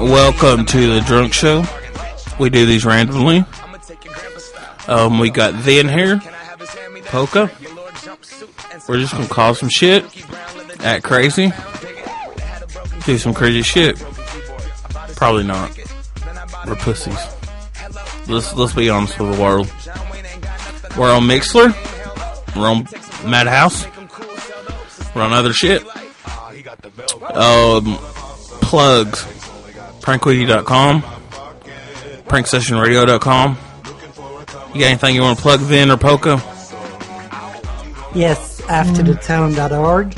Welcome to the Drunk Show. We do these randomly. Um, we got Vin here, Polka. We're just gonna call some shit, act crazy, do some crazy shit. Probably not. We're pussies. Let's let's be honest with the world. We're on Mixler. We're on Madhouse. We're on other shit. Um, plugs prankquickie.com pranksessionradio.com you got anything you want to plug then or polka Yes, afterthetone.org.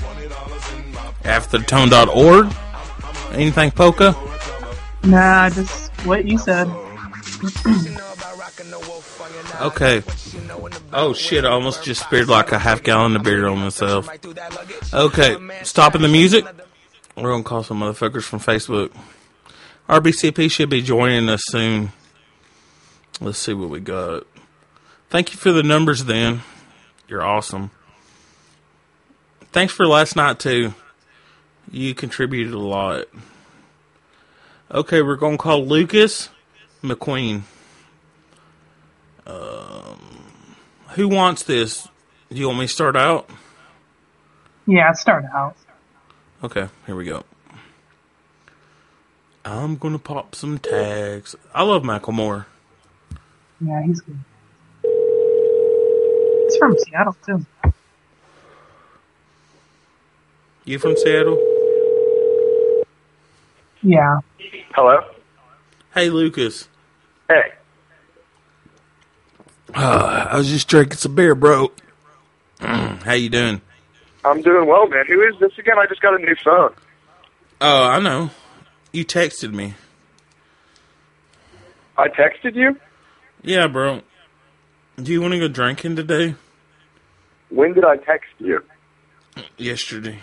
afterthetone.org anything polka Nah, just what you said. okay oh shit i almost just speared like a half gallon of beer on myself okay stopping the music we're gonna call some motherfuckers from facebook rbcp should be joining us soon let's see what we got thank you for the numbers then you're awesome thanks for last night too. You contributed a lot. Okay, we're gonna call Lucas McQueen. Um, who wants this? Do you want me to start out? Yeah, start out. Okay, here we go. I'm gonna pop some tags. I love Michael Moore. Yeah, he's good. He's from Seattle too. You from Seattle? Yeah. Hello? Hey, Lucas. Hey. I was just drinking some beer, bro. Mm, How you doing? I'm doing well, man. Who is this again? I just got a new phone. Oh, I know. You texted me. I texted you? Yeah, bro. Do you want to go drinking today? When did I text you? Yesterday,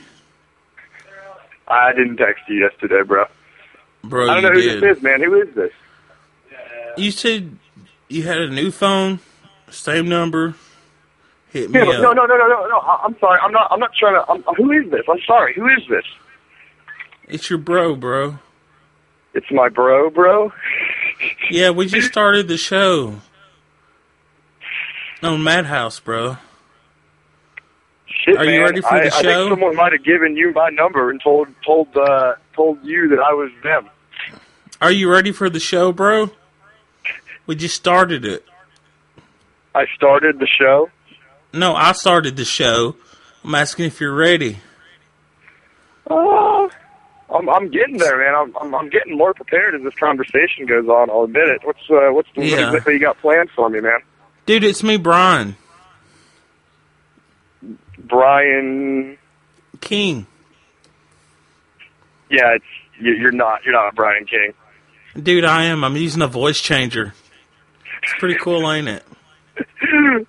I didn't text you yesterday, bro. bro. I don't know you who did. this is, man. Who is this? You said you had a new phone, same number. Hit me Yeah, up. No, no, no, no, no, no. I- I'm sorry. I'm not. I'm not trying to. I'm, who is this? I'm sorry. Who is this? It's your bro, bro. It's my bro, bro. Yeah, we just started the show on Madhouse, bro. Shit, Are you man. ready for I, the I show? think someone might have given you my number and told told uh, told you that I was them. Are you ready for the show, bro? We just started it. I started the show. No, I started the show. I'm asking if you're ready. Uh, I'm, I'm getting there, man. I'm, I'm I'm getting more prepared as this conversation goes on. I'll admit it. What's uh, what's the, what Yeah. exactly you got planned for me, man? Dude, it's me, Brian Brian. King. Yeah, it's you, you're not you're not Brian King. Dude, I am. I'm using a voice changer. It's pretty cool, ain't it?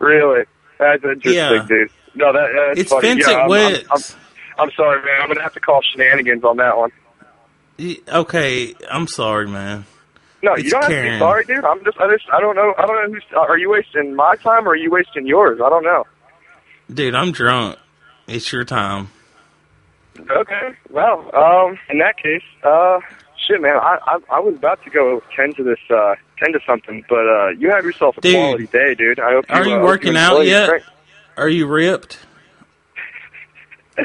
really, that's interesting, Hmm. Yeah. dude. No, that that's It's funny. Vincent yeah, I'm, I'm, I'm, Wicks. I'm sorry, man. I'm gonna have to call shenanigans on that one. Y- Okay, I'm sorry, man. No, It's you don't have to Karen. be sorry, dude. I'm just I just I don't know I don't know who's are you wasting my time or are you wasting yours? I don't know. Dude, I'm drunk. It's your time. Okay. Well, um, in that case, uh, shit, man, I, I I was about to go ten to this uh ten to something, but uh, you have yourself a Dude. quality day, dude. I hope Are you uh, hope working enjoy out your yet? drink. Are you ripped? Uh,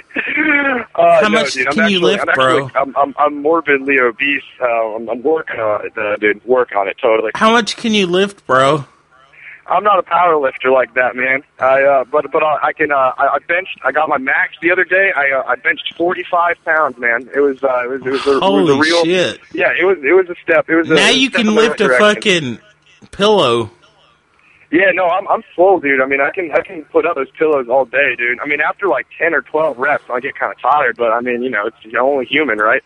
How no, much dude, I'm can you actually- lift, I'm actually- bro? I'm, I'm I'm morbidly obese. Uh, I'm, I'm working on it, uh, dude. Work on it totally. How much can you lift, bro? I'm not a power lifter like that, man. I uh, but but I, I can uh, I, I benched. I got my max the other day. I uh, I benched 45 pounds, man. It was uh, it was it was a, it was Holy a real shit. Yeah, it was it was a step. It was a Now a you step can in the lift right a direction. fucking pillow. Yeah, no, I'm I'm slow, dude. I mean, I can I can put up those pillows all day, dude. I mean, after like 10 or 12 reps, I get kind of tired, but I mean, you know, it's you're only human, right?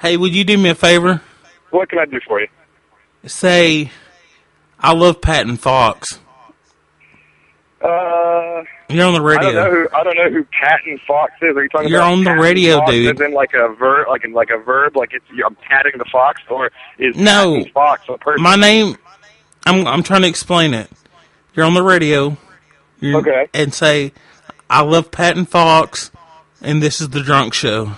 Hey, would you do me a favor? What can I do for you? Say, I love Patton Fox. Uh, You're on the I don't know radio. who I don't know who Patton Fox is. Are you talking You're about? on the Patton radio, Fox dude. As in like a verb, like in like a verb, like it's I'm patting the fox, or is No. Patton Fox a person? My name, I'm, I'm trying to explain it. You're on the radio. You're- Okay. And say, I love Patton Fox, and this is the drunk show.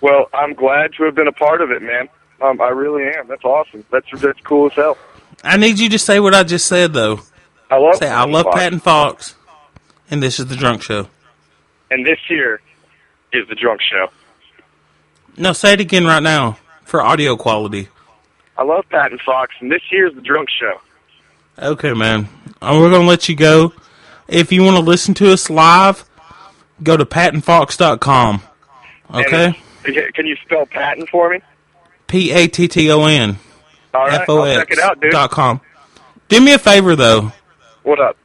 Well, I'm glad to have been a part of it, man. Um, I really am. That's awesome. That's that's cool as hell. I need you to say what I just said, though. I love. Say, I love Pat and Fox, and this is the drunk show. And this here is the drunk show. No, say it again right now for audio quality. I love Pat and Fox, and this here is the drunk show. Okay, man. Uh, We're going to let you go. If you want to listen to us live, go to pattonfox.com. And Okay? it's- Can you spell Patton for me? P A T T O N All right, F O I'll check it X out, dude. dot com. Do me a favor, though. What up?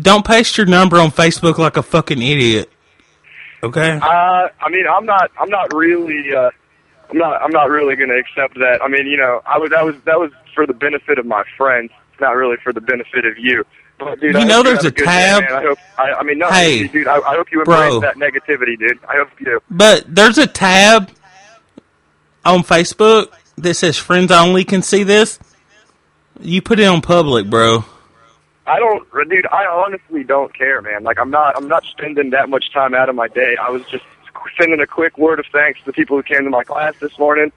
Don't paste your number on Facebook like a fucking idiot. Okay? Uh, I mean, I'm not, I'm not really, uh, I'm not, I'm not really going to accept that. I mean, you know, I was, that was, that was for the benefit of my friends, not really for the benefit of you. But, dude, You I know hope there's have a good tab- Day, man. I hope, I, I mean, no, Hey, dude, I, I hope you embrace bro. that negativity, dude. I hope you. But there's a tab on Facebook that says friends only can see this. You put it on public, bro. I don't, dude. I honestly don't care, man. Like, I'm not, I'm not spending that much time out of my day. I was just sending a quick word of thanks to the people who came to my class this morning,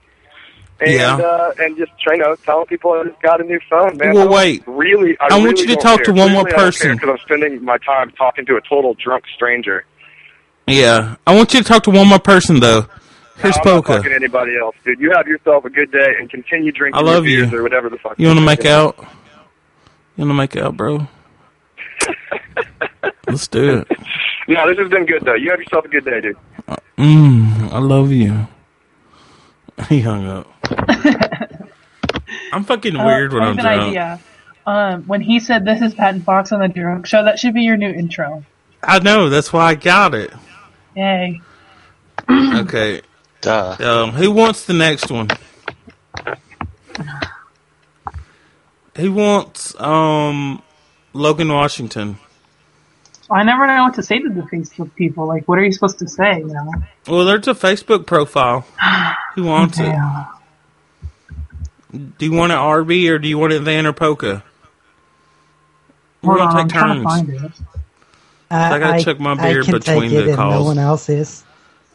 and Yeah. uh, and just you know, telling people I just got a new phone, man. Well, I don't wait. Really, I, I want really you to don't talk care. to one more Really, I don't person. care 'cause I'm spending my time talking to a total drunk stranger. Yeah. I want you to talk to one more person, though. Here's I'm not Polka. talking to anybody else, dude. You have yourself a good day and continue drinking I love your beers you. or whatever the fuck. You want to you're make drinking. out? You want to make out, bro? Let's do it. No, this has been good though. You have yourself a good day, dude. Mm, I love you. He hung up. I'm fucking weird when Uh, I I'm have an drunk. idea. Um, when he said this is Patton Fox on the drunk show, that should be your new intro. I know. That's why I got it. Yay. Okay. Duh. Um, who wants the next one? Who wants um Logan Washington? I never know what to say to the Facebook people. Like, what are you supposed to say? You know? Well, there's a Facebook profile. Who wants it? Yeah. Do you want it RB or do you want it Van or Polka? We're Hold on, gonna I'm take trying to turns. find it. I gotta check my beer I can between take it the and calls. No one else is.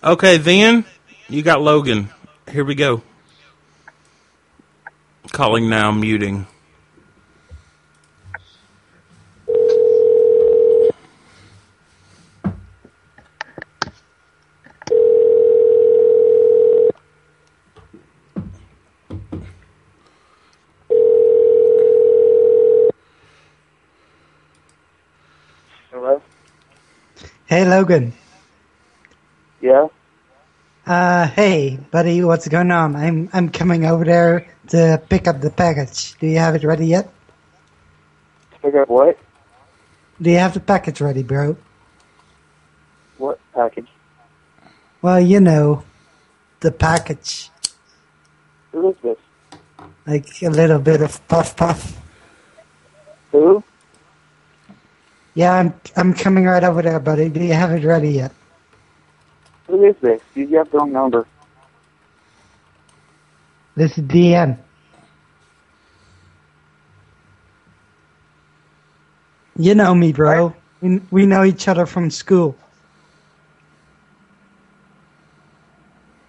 Okay, then you got Logan. Here we go. Calling now, muting. Hello. Hey, Logan. Yeah. Uh, hey, buddy, what's going on? I'm I'm coming over there to pick up the package. Do you have it ready yet? Pick up what? Do you have the package ready, bro? What package? Well, you know, the package, Who is this? like a little bit of puff puff. Who? Yeah, I'm I'm coming right over there, buddy. Do you have it ready yet? Who is this? You have the wrong number. This is DN. You know me, bro. We, we know each other from school.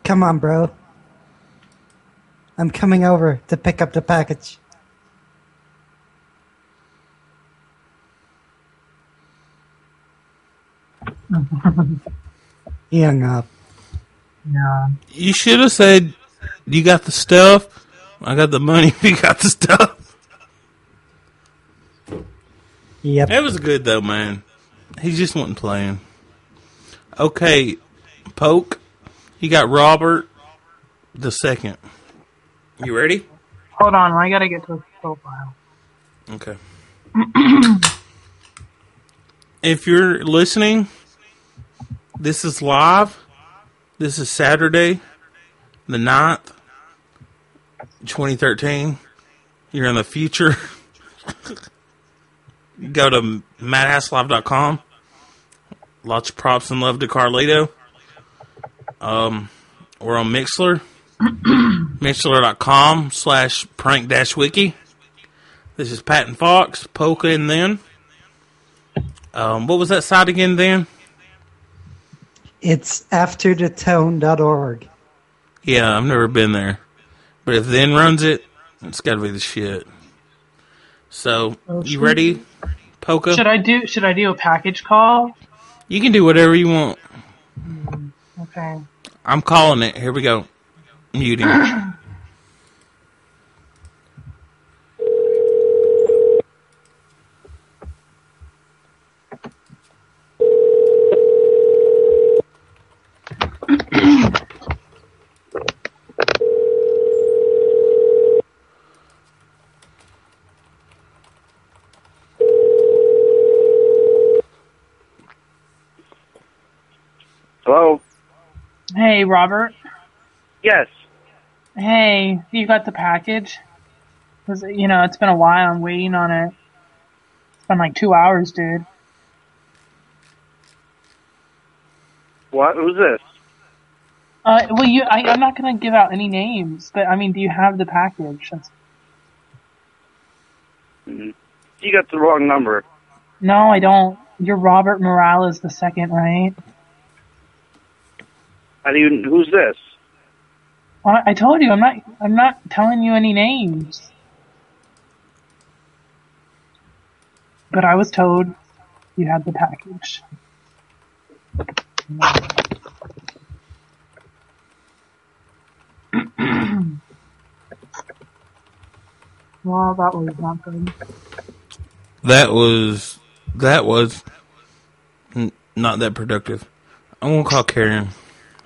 Come on, bro. I'm coming over to pick up the package. he hung up. Yeah. You should have said, "You got the stuff. I got the money. You got the stuff." Yep. That was good though, man. He just wasn't playing. Okay, poke. You got Robert the second. You ready? Hold on, I gotta get to his profile. Okay. if you're listening, this is live. This is Saturday, the 9th, 2013. You're in the future. Go to madhasslive.com. Lots of props and love to Carlito. Um, we're on Mixler. Mixler.com slash prank dash wiki. This is Patton Fox, Polka, and then. Um, what was that site again, then? It's afterthetone.org. Yeah, I've never been there. But if then runs it, it's got to be the shit. So, you ready, Polka? Oh, Should I do? Should I do a package call? You can do whatever you want. Okay. I'm calling it. Here we go. Muting. Hello? Hey, Robert. Yes. Hey, you got the package? 'Cause, you know it's been a while. I'm waiting on it. It's been like two hours, dude. What? Who's this? Uh, well, you. I, I'm not gonna give out any names, but I mean, do you have the package? That's, Mm-hmm. You got the wrong number. no, I don't. You're Robert Morales the second, right? How do you, who's this? I, I told you, I'm not. I'm not telling you any names. But I was told you had the package. well, that was not good. That was that was n- not that productive. I'm gonna call Karen.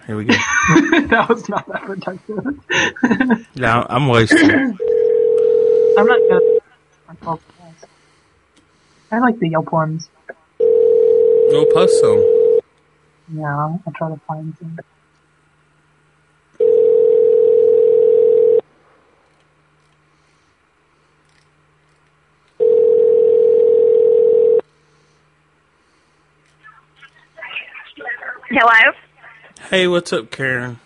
Here we go. that was not that productive. now I'm wasted. I'm not good. at myself, guys. I like the Yelp ones. We'll post some. Yeah, I'll try to find some. Hello? Hey, what's up, Karen?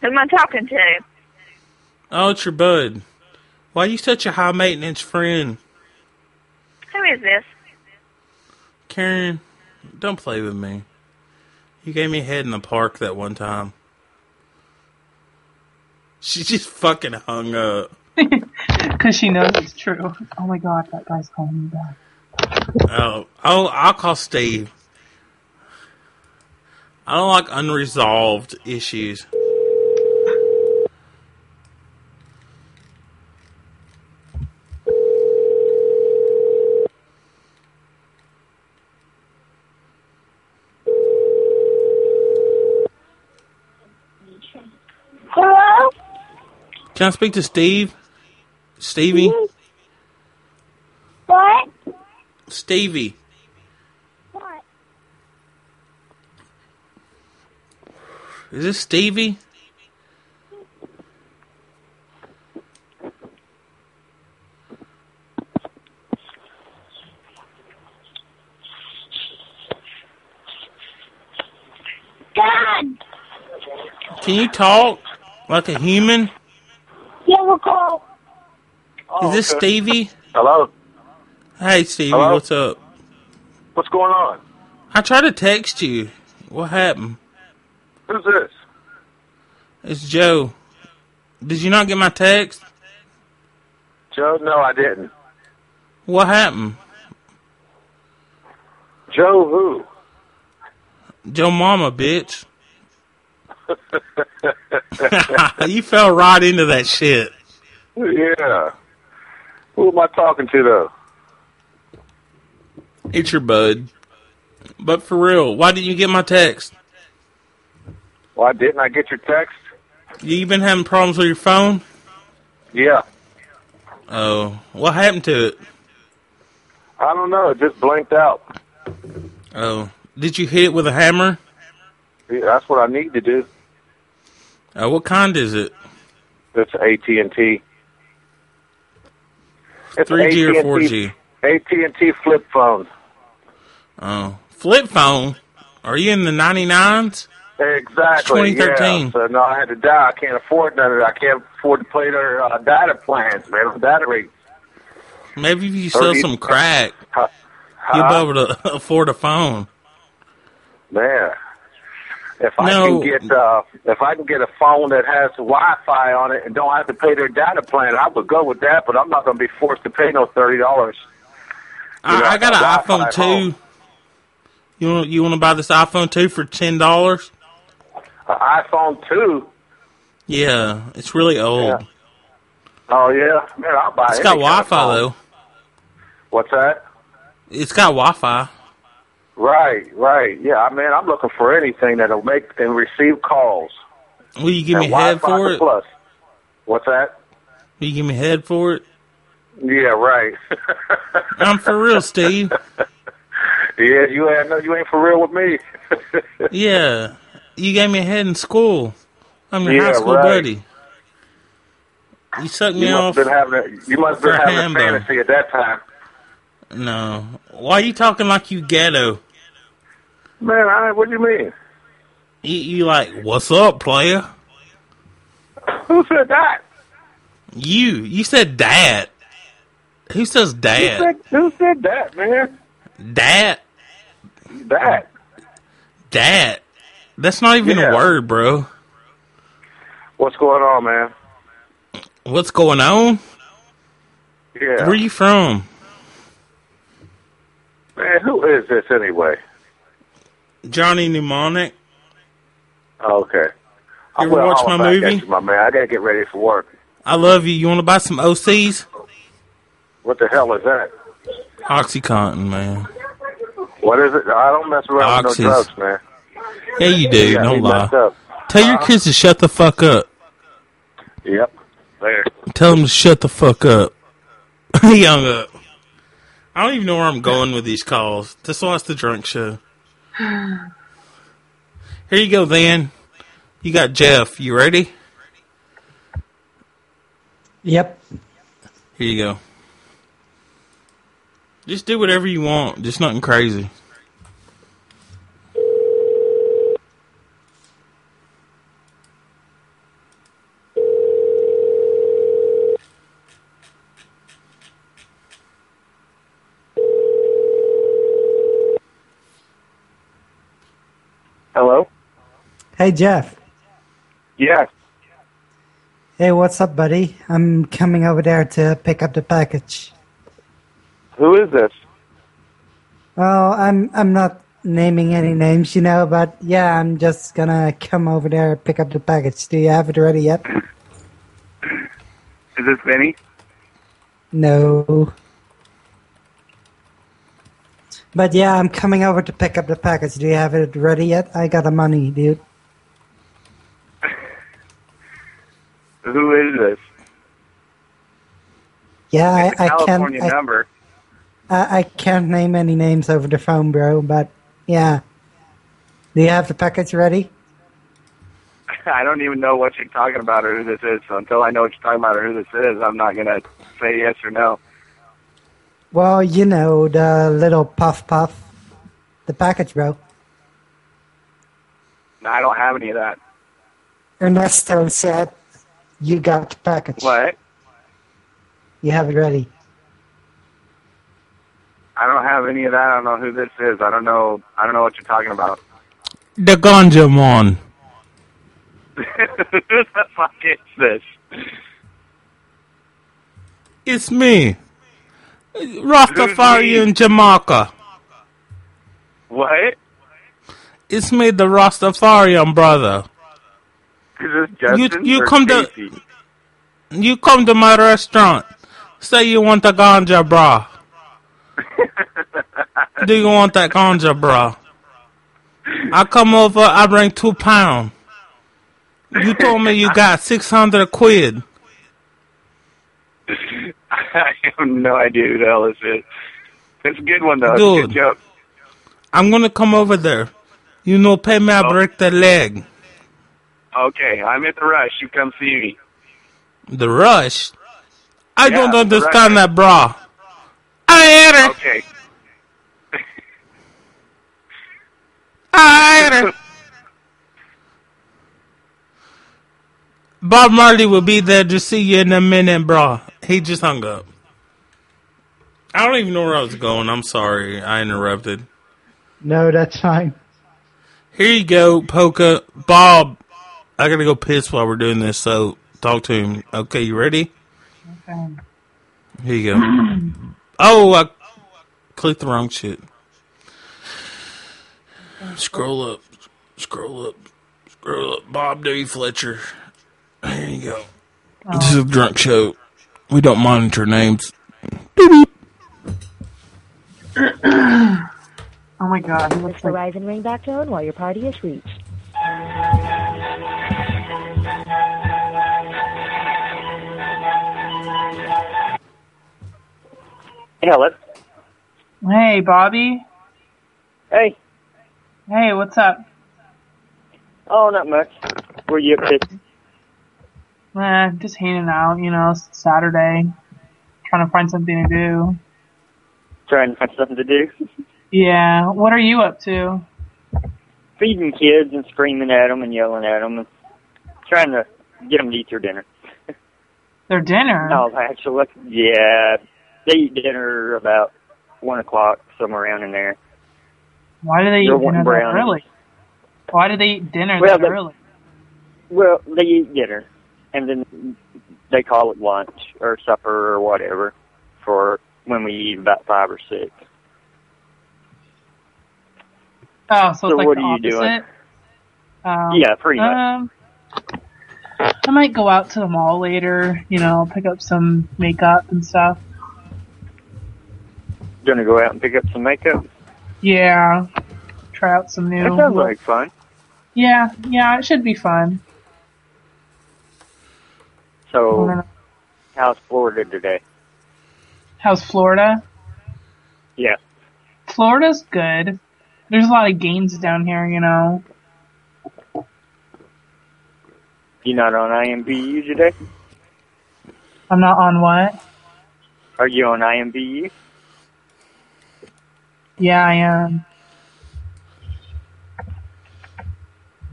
Who am I talking to? Oh, it's your bud. Why you such a high maintenance friend, Who is this? Karen? Don't play with me. You gave me head in the park that one time. She just fucking hung up. Because she knows it's true. Oh my god, that guy's calling me back. Oh, oh, I'll call Steve. I don't like unresolved issues. Hello? Can I speak to Steve? Stevie? What? Stevie. What? Is this Stevie? Dad! Can you talk like a human? Give a call. Is this Stevie? Oh, Hello? Hey, Stevie, Hello? what's up? What's going on? I tried to text you. What happened? Who's this? It's Joe. Did you not get my text? Joe? No, I didn't. What happened? Joe who? Joe Mama, bitch. you fell right into that shit. Yeah. Who am I talking to, though? It's your bud. But for real, why didn't you get my text? Why didn't I get your text? You been having problems with your phone? Yeah. Oh, what happened to it? I don't know. It just blanked out. Oh, did you hit it with a hammer? Yeah, That's what I need to do. Uh, what kind is it? It's AT and T. It's 3G AT&T or 4G? AT and T flip phone. Oh, flip phone. Are you in the 99s? Exactly. It's 2013. Yeah. So no, I had to die. I can't afford none of that. I can't afford to play their uh, data plans, man. The data rates. Maybe if you sell Thirty- some crack, Huh? you'll be able to afford a phone. Man, If I No. can get uh, if I can get a phone that has Wi-Fi on it and don't have to pay their data plan, I would go with that. But I'm not going to be forced to pay no thirty dollars. I, I got an iPhone two. You want you want to buy this iPhone two for ten dollars? An iPhone two. Yeah, it's really old. Oh yeah, man, I'll buy It's any got kind Wi-Fi of phone. though. What's that? It's got Wi-Fi. Right, right. Yeah, I mean, I'm looking for anything that'll make and receive calls. Will you give and me head Wi-Fi for it? Will Plus. What's that? you give me head for it? Yeah, right. I'm for real, Steve. yeah, you ain't no, you ain't for real with me. Yeah, you gave me a head in school. I'm your Yeah, high school right. buddy. You sucked me you off. must have been having a, you must have for been having Hambo. a fantasy at that time. No, why you talking like you ghetto? Man, I, what do you mean? You, you like what's up, player? Who said that? You you said dad. Who says Who said, dad? who said that, man? Dad, That. dad. That's not even Yeah. a word, bro. What's going on, man? What's going on? Yeah. Where you from? man, who is this anyway? Johnny Mnemonic. Okay. You ever watch my movie? You, my man, I gotta get ready for work. I love you. You want to buy some OCs? What the hell is that? OxyContin, man. What is it? I don't mess around Oxys. with no drugs, man. Yeah, you do. You got me Don't lie. messed up. Uh-huh. Tell your kids to shut the fuck up. Yep. Later. Tell them to shut the fuck up. he hung up. I don't even know where I'm going with these calls. That's why it's the drunk show. Here you go, then. You got Jeff. You ready? Yep. Here you go. Just do whatever you want. Just nothing crazy. Hello? Hey, Jeff. Yes. Hey, what's up, buddy? I'm coming over there to pick up the package. Who is this? Well, Oh, I'm I'm not naming any names, you know, but yeah, I'm just gonna come over there and pick up the package. Do you have it ready yet? Is this Vinny? No. But yeah, I'm coming over to pick up the package. Do you have it ready yet? I got the money, dude. Who is this? Yeah, I, It's a I California can't I, number. I, I can't name any names over the phone, bro. But yeah, do you have the package ready? I don't even know what you're talking about or who this is. So until I know what you're talking about or who this is, I'm not gonna say yes or no. Well, you know the little puff puff, the package, bro. I don't have any of that. Ernesto said you got the package. What? You have it ready. I don't have any of that. I don't know who this is. I don't know. I don't know what you're talking about. The ganja man. who the fuck is this? It's me. Rastafari in Jamaica. What? It's me, the Rastafarian brother. Is this Justin? you or come to- Casey? You come to my restaurant. Say you want a ganja bra. Do you want that ganja bra? I come over, I bring two pound. You told me you got 600 quid. I have no idea who the hell this is. It's a good one though. It's a Dude. good joke. I'm gonna come over there. You know, pay me, I break the leg. Okay, I'm at the rush. You come see me. The rush? I Yeah, don't the understand rush. that bra. I hate it. Okay. I hate it. Bob Marley will be there to see you in a minute, bro. He just hung up. I don't even know where I was going. I'm sorry. I interrupted. No, that's fine. Here you go, Polka. Bob, I gotta go piss while we're doing this, so talk to him. Okay, you ready? Um, Here you go. oh, I clicked the wrong shit. Scroll up. Scroll up. Scroll up. Bob W. Fletcher. Here you go. This is a drunk show. We don't monitor names. oh my god, he This looks like Verizon ringback tone while your party is reached. Hello. Hey Bobby. Hey. Hey, what's up? Oh, not much. Were you up to? Eh, just hanging out, you know, it's Saturday. Trying to find something to do. Trying to find something to do. Yeah, what are you up to? Feeding kids and screaming at them and yelling at them and trying to get them to eat their dinner. Their dinner? No, actually, yeah, they eat dinner about one o'clock somewhere around in there. Why do they eat They're dinner wanting that brownies. early? Why do they eat dinner Well, that they- early? Well, they eat dinner and then they call it lunch or supper or whatever for when we eat about five or six. Oh, So so, it's like what the are you opposite. doing? Um, Yeah, pretty much. Um, I might go out to the mall later. You know, pick up some makeup and stuff. Gonna go out and pick up some makeup. Yeah, try out some new. That sounds like fun. yeah, yeah, it should be fun. I don't So, know. how's Florida today? How's Florida? Yeah. Florida's good. There's a lot of games down here. You know. You not on IMBU today? I'm not on what? Are you on IMBU? Yeah, I am.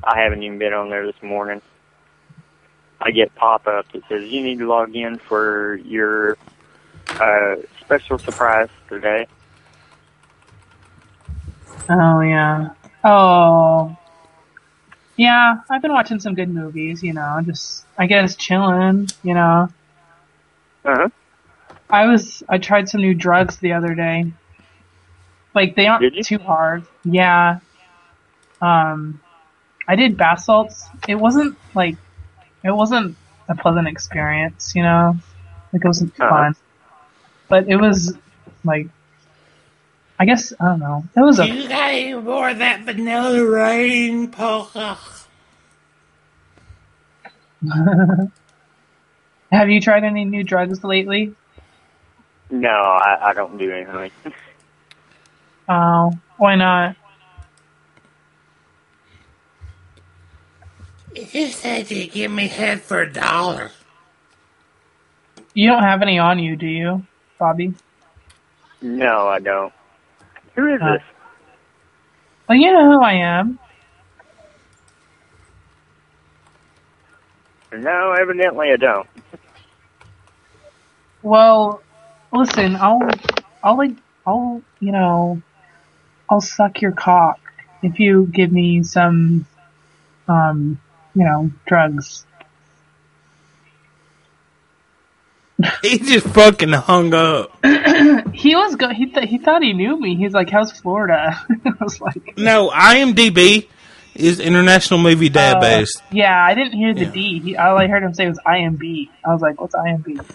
I haven't even been on there this morning. I get pop up that says you need to log in for your uh, special surprise today. Oh yeah. Oh. Yeah, I've been watching some good movies, you know, just I guess chilling, you know. Uh huh. I was I tried some new drugs the other day. Like they Did you? aren't too hard. Yeah. Um I did bath salts. It wasn't like it wasn't a pleasant experience, you know. Like it wasn't Uh-huh. fun. But it was like I guess I don't know. It was a got any more of that vanilla rain, Polka? Have you tried any new drugs lately? No, I, I don't do anything. Oh, why not? You said you'd give me head for a dollar. You don't have any on you, do you, Bobby? No, I don't. Who is Uh, this? Well, you know who I am. No, evidently I don't. Well, listen, I'll, I'll like, I'll, you know, I'll suck your cock if you give me some, um, you know, drugs. He just fucking hung up. He was go. He th- he thought he knew me. He's like, "How's Florida?" I was like, No, IMDb is International Movie uh, Database. yeah, I didn't hear the Yeah. D. He, all I heard him say was "IMB." I was like, "What's IMB?"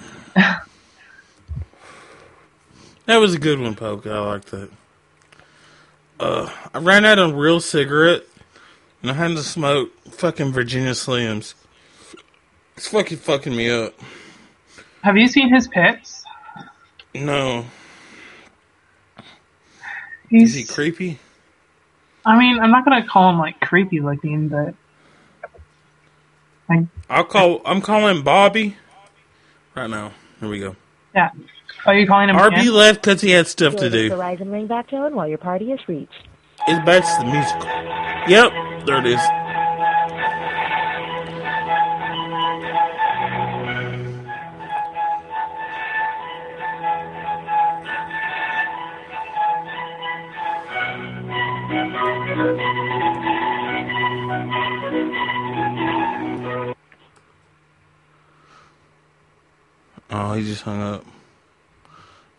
That was a good one, Poke. I like that. Uh, I ran out of real cigarette, and I had to smoke fucking Virginia Slims. It's fucking fucking me up. Have you seen his pics? No, is He's he creepy? I mean, I'm not gonna call him like creepy looking, but like, I'll call. I'm calling Bobby right now. Here we go. yeah. Are oh, you calling him? RB Ken? left because he had stuff to do. This Verizon ringback tone while your party is reached. It's back to the musical. Yep, there it is. Oh, he just hung up.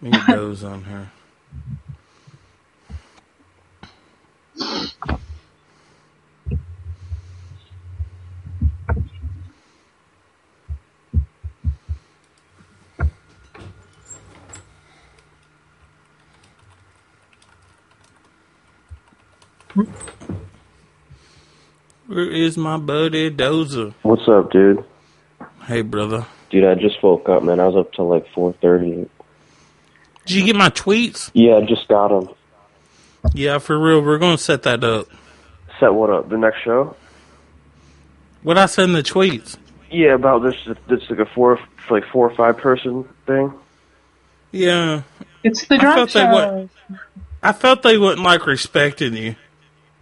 Maybe it goes on her. Where is my buddy Dozer? What's up, dude? Hey, brother. Dude, I just woke up, man. I was up till like 4.30. Did you get my tweets? Yeah, I just got them. Yeah, for real. We're gonna set that up. Set what up? The next show? What I send the tweets? Yeah, about this, this like a four, like four or five person thing. Yeah, It's the I drop thought they show. would- I felt they wouldn't like respecting you.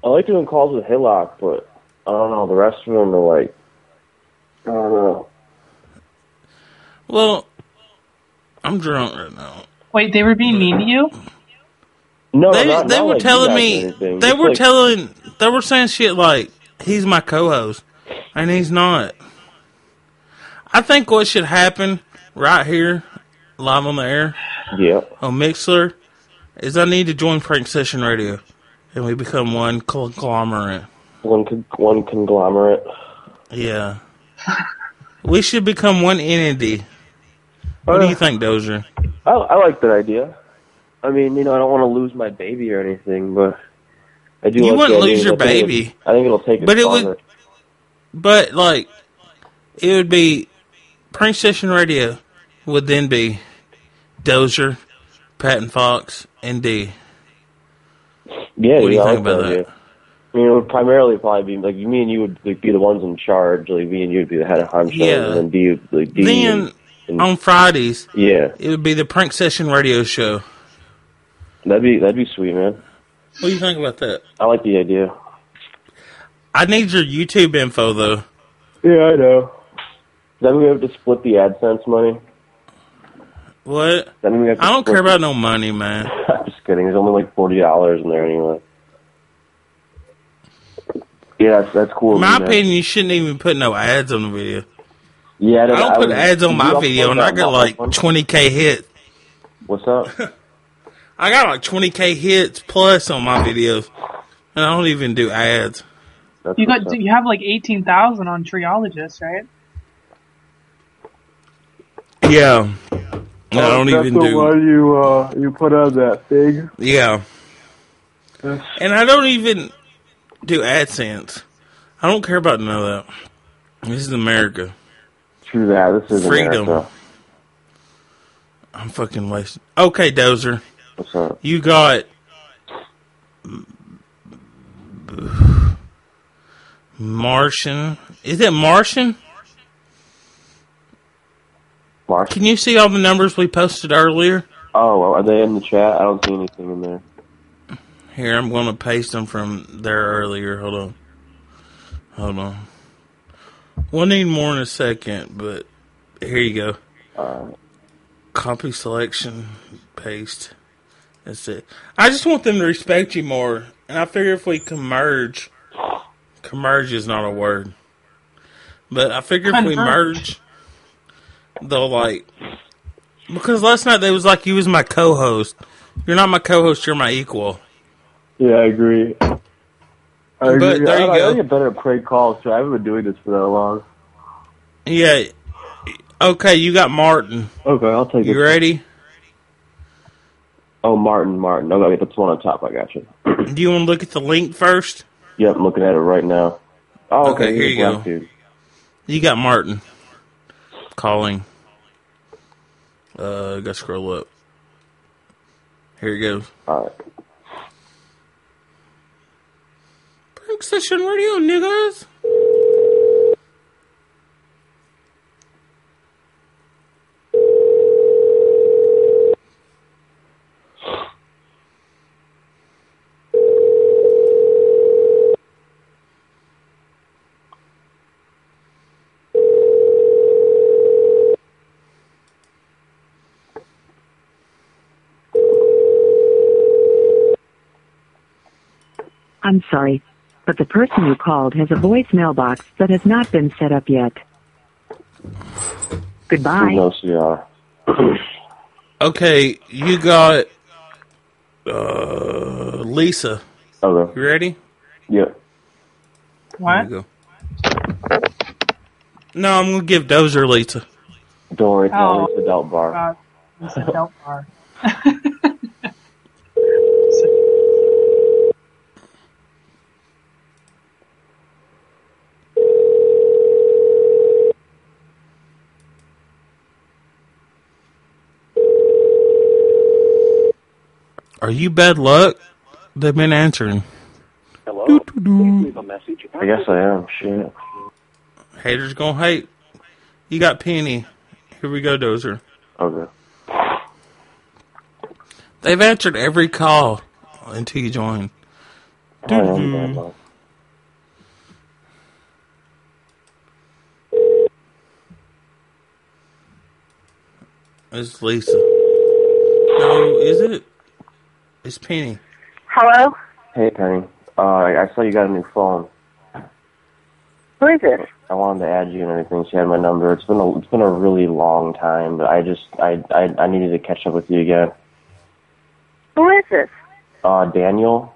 I like doing calls with Hillock, but I don't know. The rest of them are like, I don't know. Well, I'm drunk right now. Wait, they were being mean to you? No, they not- they not were like you telling guys or me anything. they Just were like- telling they were saying shit like he's my co-host and he's not. I think what should happen right here, live on the air Yeah, on Mixler, is I need to join Prank Session Radio, and we become one conglomerate. one con- one conglomerate. Yeah, we should become one entity. What do you think, Dozer? I, I like that idea. I mean, you know, I don't want to lose my baby or anything, but I do. You like wouldn't the idea lose your because I think baby. it- I think it'll take. But it it would- farther. But like, it would be Prank Session Radio would then be Dozier, Patton Fox, and D. Yeah, What do yeah, you I think like about that? that? idea. I mean, it would primarily probably be like me and you would like, be the ones in charge. Like me and you would be the head of Heim shows, Yeah. and then D would- like D. Then and- and- on Fridays yeah, it would be the Prank Session Radio show. that'd be that'd be sweet, man. What do you think about that? I like the idea. I need your YouTube info though. Yeah, I know. Does that mean we have to split the AdSense money? Does What? That mean we have to I don't split care about no money, man. I'm just kidding. There's only like forty dollars in there anyway. Yeah, that's, that's cool. In my you know. opinion, you shouldn't even put no ads on the video. Yeah, I don't put was- ads on you my don't video, put and I that got on like one. 20k hits. What's up? I got like 20k hits plus on my videos, and I don't even do ads. That's You what's got up. you have like eighteen thousand on Treologist, right? Yeah. No, Oh, I don't even do. you uh you put out that thing. Yeah. And I don't even do AdSense. I don't care about none of that. This is America. True that. This is Freedom. America. I'm fucking wasted. Okay, Dozer, What's up? you got Martian. Is it Martian? Mark? Can you see all the numbers we posted earlier? Oh, well, are they in the chat? I don't see anything in there. Here, I'm going to paste them from there earlier. Hold on. Hold on. We'll need more in a second, but here you go. Copy selection, paste. That's it. I just want them to respect you more, and I figure if we converge, converge is not a word, but I figure if we merge, Converge. they'll like. Because last night they was like, "You was my co-host. You're not my co-host. You're my equal." Yeah, I agree. I Oh, But agree. there you I, I go. gotta get better at prank calls too. I haven't been doing this for that long. Yeah. Okay, you got Martin. Okay, I'll take You it. ready? Oh, Martin, Martin. Okay, that's one on top. I got you. Do you want to look at the link first? Yep, I'm looking at it right now. Oh, Okay, okay, here here's you one, go. Dude. You got Martin calling. Uh, gotta scroll up. Here it goes. All right. Prank session radio, niggas. I'm sorry, but the person you called has a voicemail box that has not been set up yet. Goodbye. No CR. Okay, you got uh, Lisa. Hello. You ready? Yeah. There you What? go. No, I'm gonna give Dozer Lisa. Don't worry, it's not Oh. Lisa Delbar. Uh, it's a dope bar. Are you bad luck? They've been answering. Hello. leave a message. I guess I am. Shit. Haters gonna hate. You got Penny. Here we go, Dozer. Okay. They've answered every call until you join. Mm-hmm. I am bad luck. It's Lisa. No, is it? It's Penny. Hello? Hey, Penny. Uh, I saw you got a new phone. Who is it? I wanted to add you and everything. She had my number. It's been a it's been a really long time, but I just I I, I needed to catch up with you again. Who is this? Uh, Daniel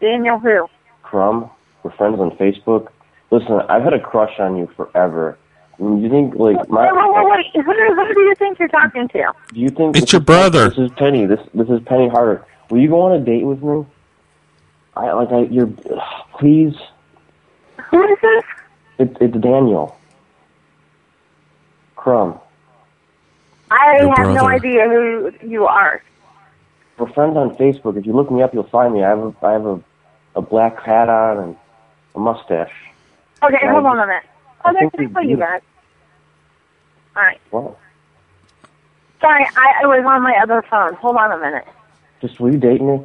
Daniel who? Crumb, we're friends on Facebook. Listen, I've had a crush on you forever. Do you think like my? Wait, wait, wait, wait. Who, who do you think you're talking to? Do you think it's your brother? This is Penny. This this is Penny Harder. Will you go on a date with me? I like I you're please. Who is this? It's it's Daniel. Crumb. I Your have no brother. idea who you are. We're friends on Facebook. If you look me up, you'll find me. I have a, I have a, a black hat on and a mustache. Okay, Yeah, hold I on a minute. Oh, think that's we just what you do. got. All right. What? Sorry, I, I was on my other phone. Hold on a minute. Just will you date me?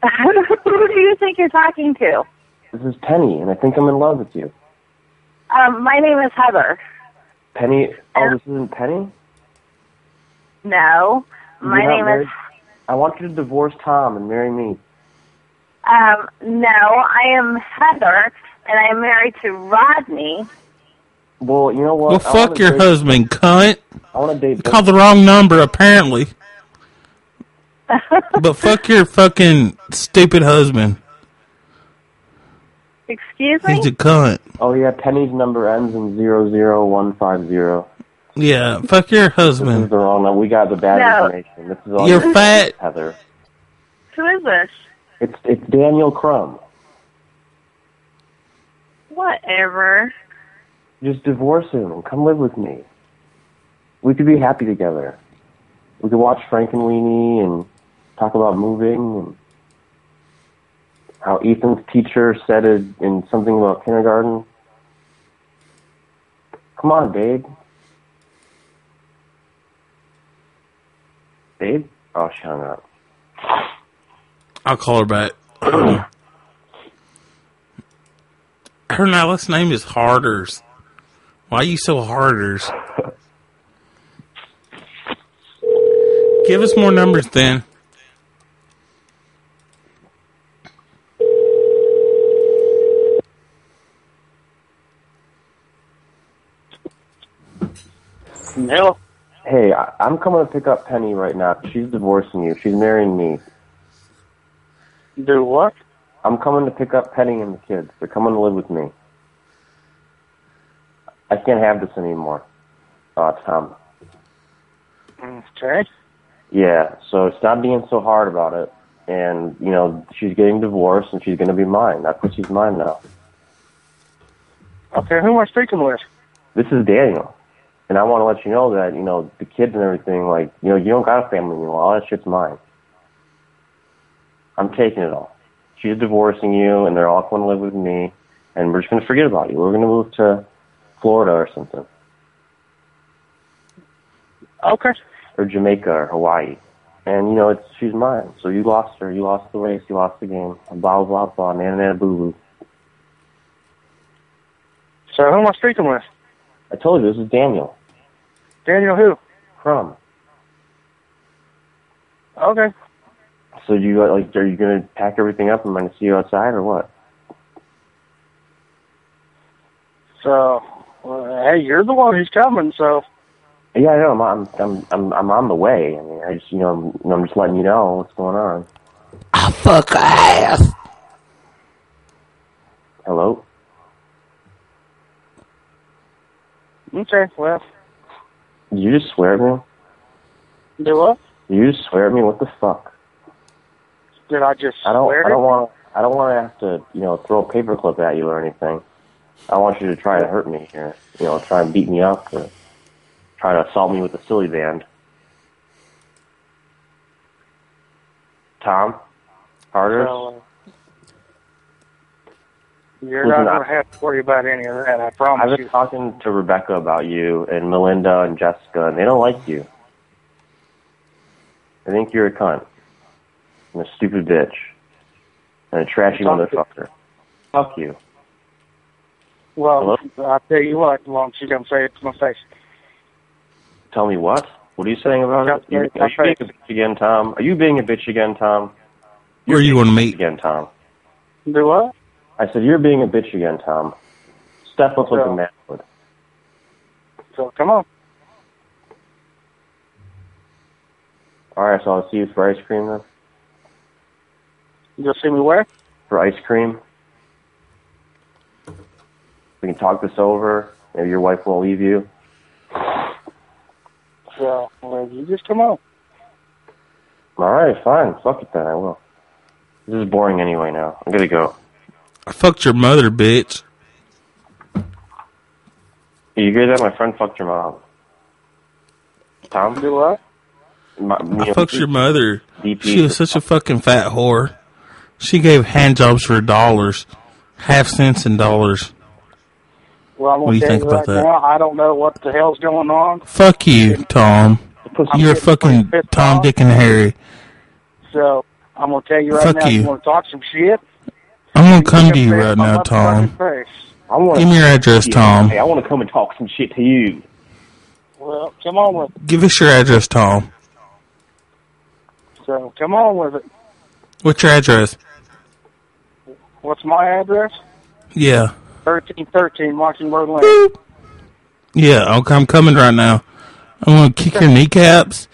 who do you think you're talking to? This is Penny, and I think I'm in love with you. Um, my name is Heather. Penny. Oh, this isn't Penny. No. You're My not name married? is. I want you to divorce Tom and marry me. Um, no, I am Heather, and I am married to Rodney. Well, you know what? Well, I fuck wanna your date- husband, cunt. I want to date. You called the wrong number, apparently. but fuck your fucking stupid husband. Excuse me? He's a cunt. Oh yeah, Penny's number ends in zero zero one five zero. Yeah, fuck your This husband. is the wrong number. We got the bad No. information. This is all You're your- fat. Heather. Who is this? It's it's Daniel Crumb. Whatever. Just divorce him and come live with me. We could be happy together. We could watch Frank and Weenie and talk about moving and how Ethan's teacher said it in something about kindergarten. Come on, babe. Babe? Oh, she hung up. I'll call her back. Hold on. Her now last name is Harders. Why you so Harders? Give us more numbers then. No. Hey, I, I'm coming to pick up Penny right now. She's divorcing you. She's marrying me. Do what? I'm coming to pick up Penny and the kids. They're coming to live with me. I can't have this anymore. Uh, Tom. Okay. Yeah, so stop being so hard about it. And, you know, she's getting divorced and she's going to be mine. That's what she's mine now. Okay, who am I speaking with? This is Daniel. And I want to let you know that, you know, the kids and everything, like, you know, you don't got a family anymore. All that shit's mine. I'm taking it all. She's divorcing you and they're all going to live with me. And we're just going to forget about you. We're going to move to Florida or something. Okay. Or Jamaica or Hawaii. And, you know, it's she's mine. So you lost her. You lost the race. You lost the game. Blah, blah, blah. Nana, nana, boo, boo. So who am I speaking with? I told you this is Daniel Daniel who? Crumb. Okay. So do you uh, like? Are you gonna pack everything up and I'm gonna see you outside or what? So, uh, hey, you're the one who's coming, so Yeah, I know. I'm I'm I'm I'm, I'm on the way. I mean, I just you know I'm, I'm just letting you know what's going on. I fuck ass. Hello. Okay, well, Did you just swear at me? do what? Did you just swear at me? What the fuck? Did I just I don't. swear? I don't want. I don't want to have to you know throw a paperclip at you or anything. I want you to try to hurt me here. You know, try and beat me up or try to assault me with a silly band. Tom, Carter. Well, uh, You're Listen, not going I- to have to worry about any of that, I promise I've you. been talking to Rebecca about you and Melinda and Jessica, and they don't like you. They think you're a cunt and a stupid bitch and a trashy Fuck you. motherfucker. Fuck you. Well, I'll tell you what, why don't you come say it to my face? Tell me what? What are you saying about it? You- Okay, Are you being a bitch again, Tom? Are you being a bitch again, Tom? Where you want to meet again, Tom? Do what? I said you're being a bitch again, Tom. Step up like a man would. So come on. All right, so I'll see you for ice cream then. You'll see me where? For ice cream. We can talk this over. Maybe your wife won't leave you. So, well, you just come on. All right, fine. Fuck it then. I will. This is boring anyway. Now I'm gonna go. I fucked your mother, bitch. You hear that? My friend fucked your mom. Tom. Do what? My, I fucked your mother. DP. She was such a fucking fat whore. She gave hand jobs for dollars, half cents and dollars. Well, I'm What going do you to tell think you about right that? now, I don't know what the hell's going on. Fuck you, Tom. You're a fucking Tom, Dick, and Harry. So, I'm going to tell you right Fuck now, you. you want to talk some shit? I'm gonna come to you right Face my now, Tom. motherfucking Face. I want. Give me your address, Tom. Hey, I want to come and talk some shit to you. Well, come on with Give us your address, Tom. it. So, come on with it. What's your address? What's my address? Yeah, 1313 Mockingbird Lane. yeah. Okay, I'm coming right now. I'm gonna kick your kneecaps,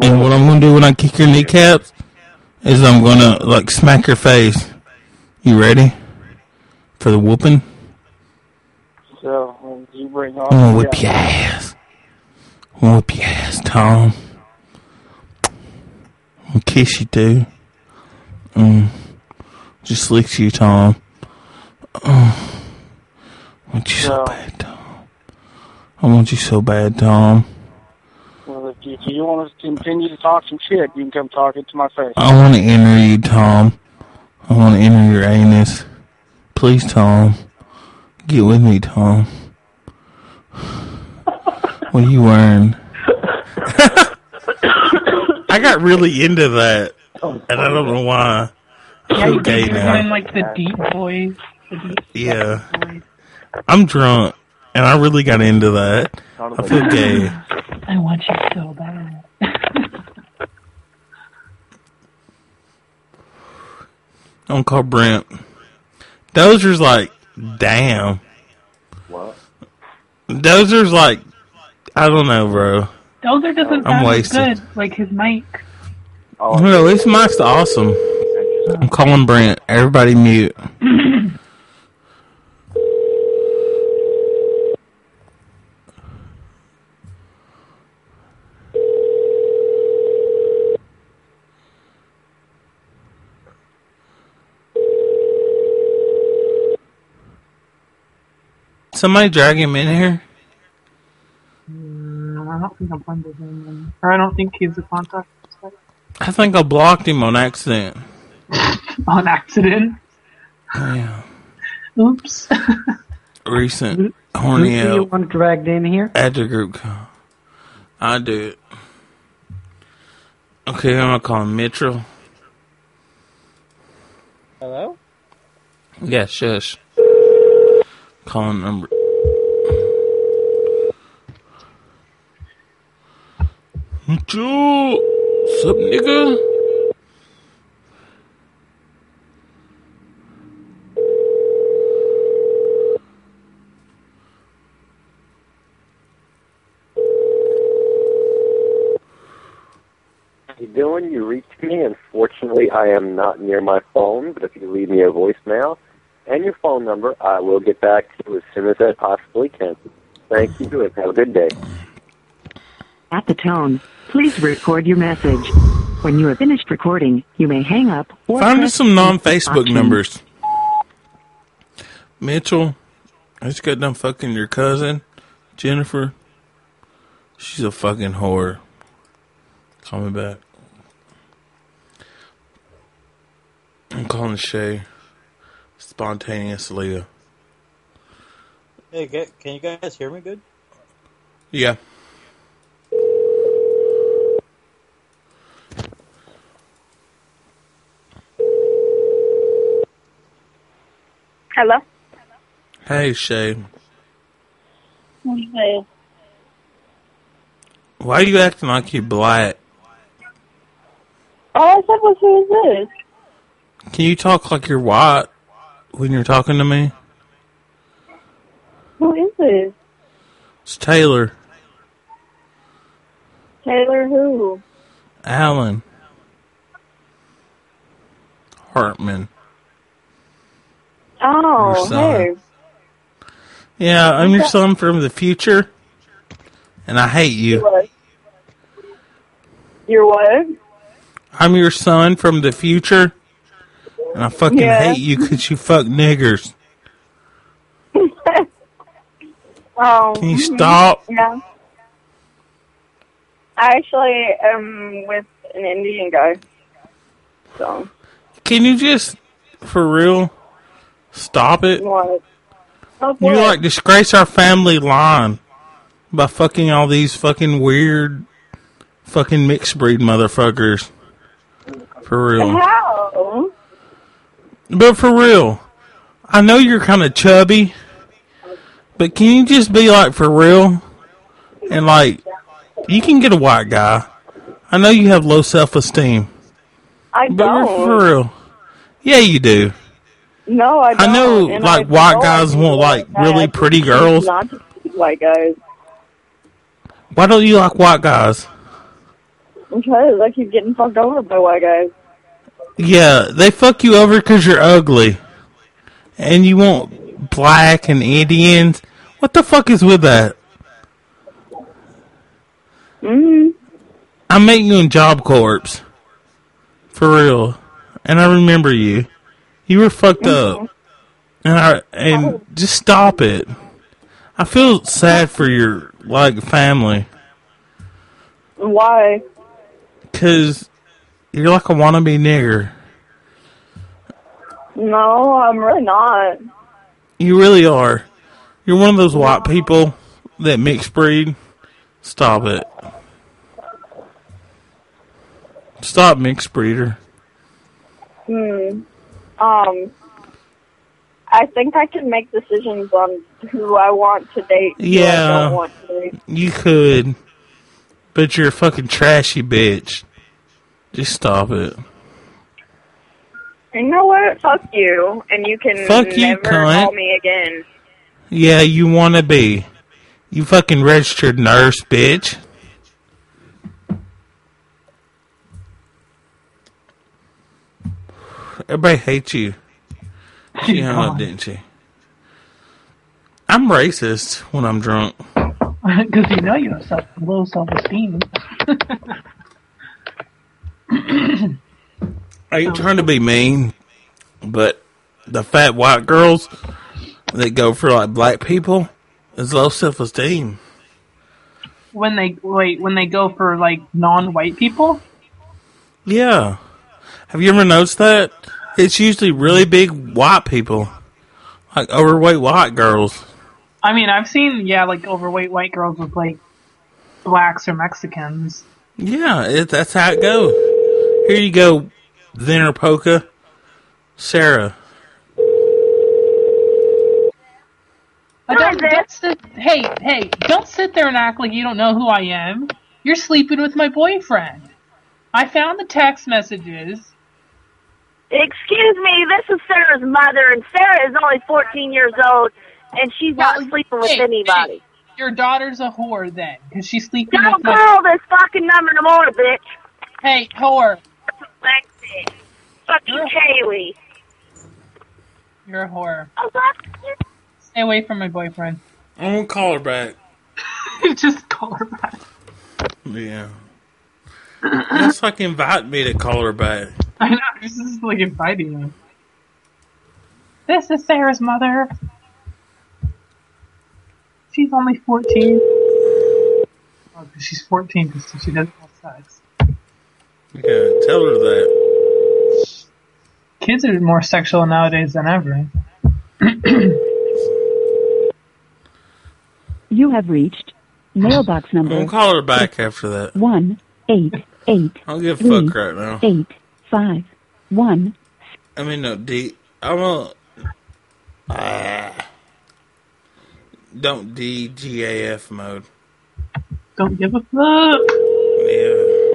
and what I'm gonna do when I kick your kneecaps is I'm gonna like smack your face. You ready for the whooping? So, well, you bring on. I'm gonna whip your ass. I'm gonna whip your ass, Tom. I'm gonna kiss you too. Mm. Just lick you, Tom. Oh. I want you so bad, Tom. I want you so bad, Tom. Well, if you, if you want to continue to talk some shit, you can come talk it to my face. I want to enter you, Tom. I want to enter your anus. Please, Tom. Get with me, Tom. What are you wearing? I got really into that, and I don't know why. Yeah, I'm you gay you're going now. like the deep voice. The deep Yeah, I'm drunk, and I really got into that. I feel gay. I want you so bad. I'm called Brent. Dozer's like, damn. What? Dozer's like, I don't know, bro. Dozer doesn't I'm sound as wasted. good like his mic. No, this mic's awesome. I'm calling Brent. Everybody mute. Somebody drag him in here. Mm, I don't think I'm friends with him, and- or I don't think he's a contact I think I blocked him on accident. on accident. Yeah. Oops. Recent Who do horny you out want dragged in here? add to group call. I do it. Okay, I'm gonna call him Mitchell. Hello? Yeah, shush. Calling number. Mitchell, sup, nigga? doing? You reached me. Unfortunately, I am not near my phone, but if you leave me a voicemail and your phone number, I will get back to you as soon as I possibly can. Thank you, and have a good day. At the tone, please record your message. When you have finished recording, you may hang up or Find press us some the non Facebook option. numbers. Mitchell, I just got done fucking your cousin, Jennifer. She's a fucking whore. Call me back. I'm calling Shay. Spontaneous Leah. Hey, gu- can you guys hear me good? Yeah. Hello? Hey, Shay. Hey. Why are you acting like you black? All I said was, who is this? Can you talk like you're white when you're talking to me? Who is this? It's Taylor. Taylor who? Alan. Hartman. Oh, Your son. hey. Yeah, I'm your son from the future. And I hate you. What? You're what? I'm your son from the future. And I fucking Yeah. hate you because you fuck niggers. Oh. Can you mhm. stop? Yeah. I actually am with an Indian guy. So, Can you just, for real, stop it? what? Stop You what? like disgrace our family line by fucking all these fucking weird fucking mixed breed motherfuckers. For real. How? But for real, I know you're kind of chubby, but can you just be like for real? And like, you can get a white guy. I know you have low self esteem, I but we're don't. for real. Yeah, you do. No, I I don't. know, and like, I white know guys I want, like, really pretty choose girls. Not to see white guys Why don't you like white guys? because I keep getting fucked over by white guys. Yeah, they fuck you over 'cause you're ugly. And you want black and Indians. What the fuck is with that? Mm. I met you in Job Corps. For real. And I remember you. You were fucked up. And I and just stop it. I feel sad for your like family Why? cuz you're like a wannabe nigger. No, I'm really not. You really are. You're one of those white people that mix breed. Stop it. Stop mixed breeder. Hmm. Um. I think I can make decisions on who I want to date. who I Yeah. don't want to date. You could, but you're a fucking trashy bitch. Just stop it. And you know what? Fuck you, and you can Fuck you, never cunt. call me again. Yeah, you wanna be. You fucking registered nurse, bitch. Everybody hates you. She hung up, God. didn't she? I'm racist when I'm drunk. Because you know you have self, low self-esteem. I ain't trying to be mean, but the fat white girls that go for like black people is low self esteem. When they wait, when they go for like non-white people, Yeah. Have you ever noticed that? It's usually really big white people, like overweight white girls. I mean, I've seen yeah, like overweight white girls with like blacks or Mexicans. Yeah, it, that's how it goes. Here you go, thinner polka, Sarah. I don't, don't sit, hey, hey, don't sit there and act like you don't know who I am. You're sleeping with my boyfriend. I found the text messages. Excuse me, this is Sarah's mother, and Sarah is only 14 years old, and she's not sleeping with hey, anybody. Your daughter's a whore then, because she's sleeping Don't with my. call this fucking number no more, bitch. Hey, whore. Lexi. Fucking Kaylee. You're a whore. I love you. Stay away from my boyfriend. I'm gonna call her back. Just call her back. Yeah. That's like invite me to call her back. I know. This is like inviting him. This is Sarah's mother. She's only 14. Oh, 'cause she's 14 because she doesn't have sex. Yeah, tell her that. Kids are more sexual nowadays than ever. You have reached mailbox I'm number gonna call her back after that. one eight eight I don't give a Three. fuck right now. eight five one. I mean, no, D. I'm a. Ah. don't DGAF mode. Don't give a fuck. Yeah.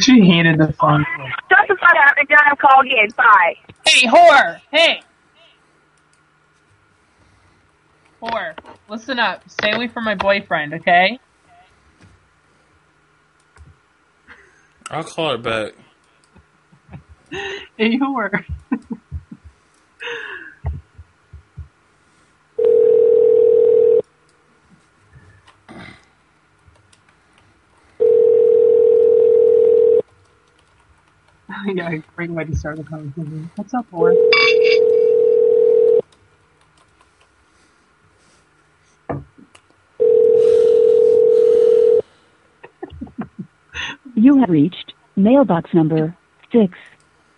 She hated the phone. call. Shut the fuck up and don't call again. Bye. Hey, whore! Hey! Whore, listen up. Stay away from my boyfriend, okay? I'll call her back. Hey, whore. yeah, great way to start the conversation. What's up, whore? You have reached mailbox number six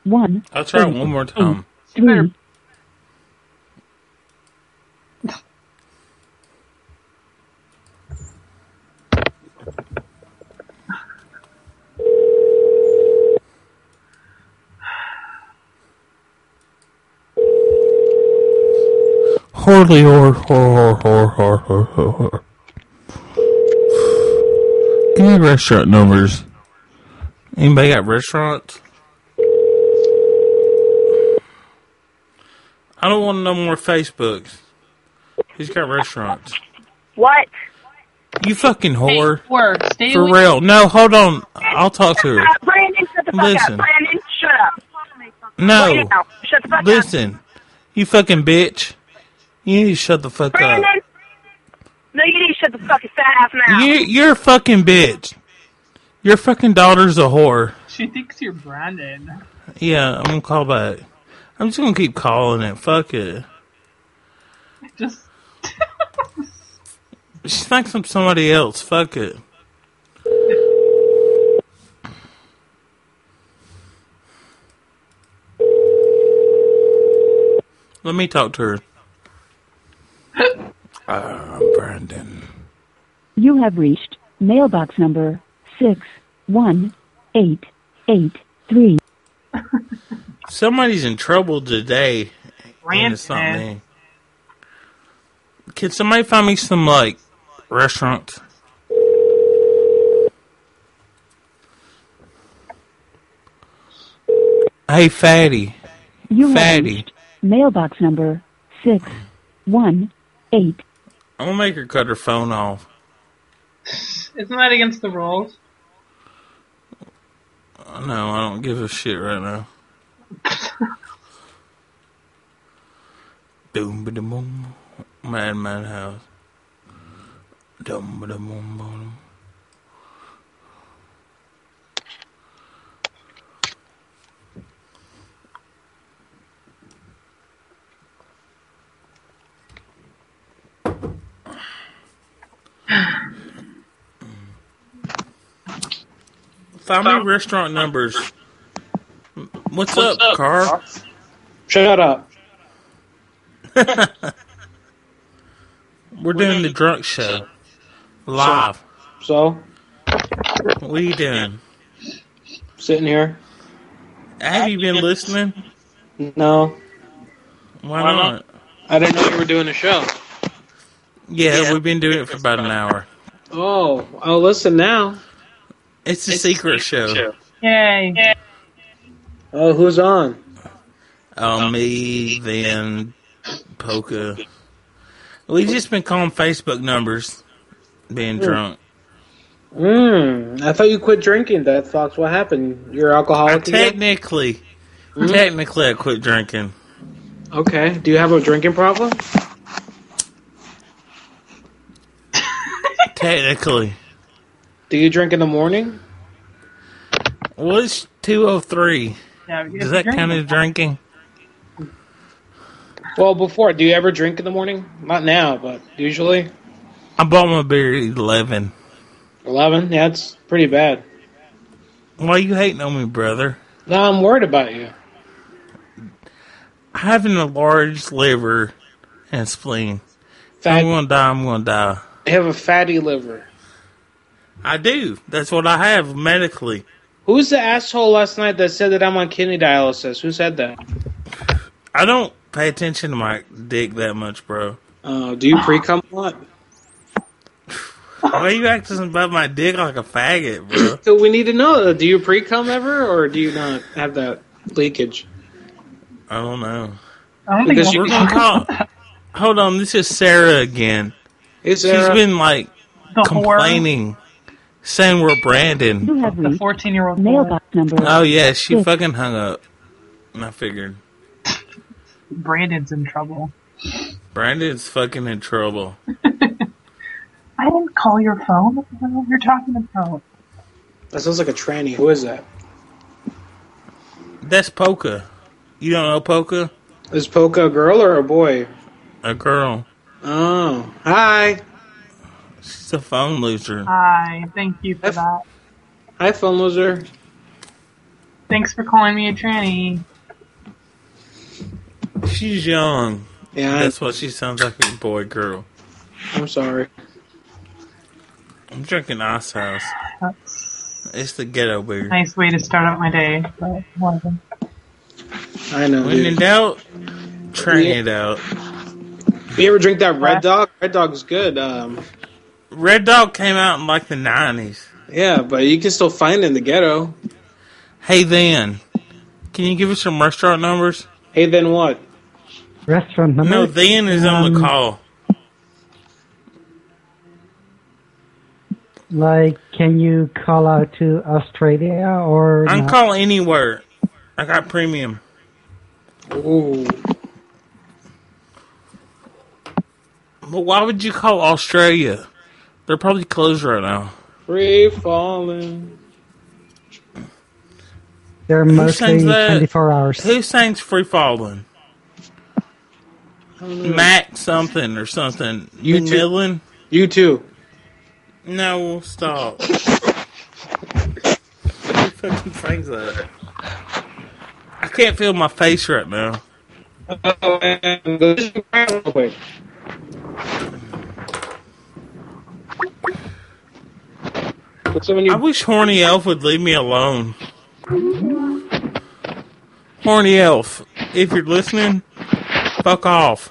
one. I'll try it eight, one more time. Three. Horley or hor hor hor hor hor hor. Any restaurant numbers? Anybody got restaurants? I don't want no more Facebooks. Who's got restaurants? What? You fucking whore. Whore, stay For away. real. No, hold on. I'll talk to her. Uh, Brandon, shut the fuck Listen. up. Brandon, shut up. No. Right now. Shut the fuck up. Listen. You fucking bitch. You need to shut the fuck up. Brandon. No, you need to shut the fucking fat ass now. You, you're a fucking bitch. Your fucking daughter's a whore. She thinks you're Brandon. Yeah, I'm gonna call back. I'm just gonna keep calling it. Fuck it. Just She thinks I'm somebody else. Fuck it. Let me talk to her. Ah, Brandon. You have reached mailbox number six one eight eight three. Somebody's in trouble today, and it's not Brandon. me. Can somebody find me some like restaurants? Hey, fatty, You have fatty. reached mailbox number six one eight. I'm gonna make her cut her phone off. isn't that against the rules? No, I don't give a shit right now. Doom ba dum boom, Mad Mad House. Doom ba dum boom boom. Find me restaurant numbers. What's, up, Carl? Shut up. We're doing the drunk show. Live. So, What are you doing? sitting here. Have you been listening? No. Why Why not? I didn't know you were doing a show. Yeah, we've been doing it for about an hour. Oh, I'll listen now. It's a secret show. Yay. Oh, who's on? Um, me, then Polka. We've just been calling Facebook numbers, being Hmm. drunk. Mm, I thought you quit drinking. That Fox, what happened? You're alcoholic again? Technically, Hmm? technically, I quit drinking. Okay. Do you have a drinking problem? Technically, Do you drink in the morning? well, it's two oh three. No, you Does that count as drinking? Well, before, do you ever drink in the morning? Not now, but usually I bought my beer at eleven. eleven. Yeah, it's pretty bad. Why you hating on me, brother? No, I'm worried about you. Having a large liver and spleen. If I'm gonna die. I'm gonna die. You have a fatty liver. I do. That's what I have medically. Who's the asshole last night that said that I'm on kidney dialysis? Who said that? I don't pay attention to my dick that much, bro. Uh, do you pre cum a lot? Why are you acting about my dick like a faggot, bro? So we need to know. Do you pre cum ever, or do you not have that leakage? I don't know. I don't think Because we'll- we're gonna call. Hold on, this is Sarah again. Is She's Sarah- been like The whore. complaining, saying we're Brandon. The 14 year old mailbox number. Oh yeah, she fucking hung up. And I figured Brandon's in trouble. Brandon's fucking in trouble. I didn't call your phone. What the hell you're talking about? That sounds like a tranny. Who is that? That's Polka. You don't know Polka? Is Polka a girl or a boy? A girl. Oh, hi. She's a phone loser. Hi, thank you for that. Hi, phone loser. Thanks for calling me a tranny. She's young. Yeah, I- That's what she sounds like a boy girl. I'm sorry. I'm drinking ice house. It's the ghetto beer. Uh, Nice way to start out my day, but whatever. I know. When in Dude. doubt, train it out. You ever drink that Red Dog? Red Dog's good. Um, Red Dog came out in like the nineties. Yeah, but you can still find it in the ghetto. Hey then, can you give us some restaurant numbers? Hey then what? Restaurant number? No, then is on the Um, call. Like, can you call out to Australia or I can not? call anywhere. I got premium. Ooh. But why would you call Australia? They're probably closed right now. Free falling. They're Who sings mostly that? 24 hours. Who sings Free Falling? Mm-hmm. Mac something or something. You too. McMillan? You too. No, stop. Who fucking sings that? I can't feel my face right now. Oh, and go to the ground real quick. What's up when you- I wish Horny Elf would leave me alone. Horny Elf, if you're listening, fuck off.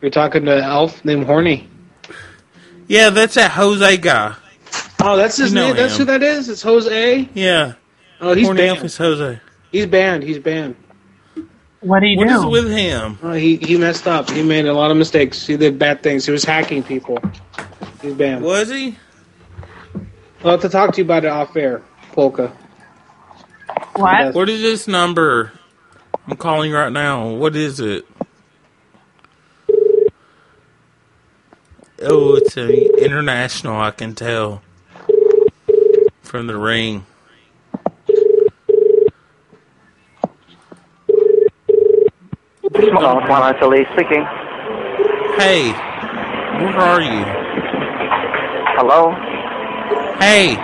You're talking to an elf named Horny. Yeah, that's that Jose guy. Oh, that's his You know name. That's who him. that is. It's Jose. Yeah. Oh, he's Horny banned. Elf is Jose. He's banned. He's banned. What do you What do? is with him? Oh, he he messed up. He made a lot of mistakes. He did bad things. He was hacking people. He's banned. Was he? I'll have to talk to you about it off air, Polka. What? What is this number I'm calling right now? What is it? Oh, it's a international. I can tell from the ring. Hello, Twilight Elite speaking. Hey, where are you? Hello? Hey,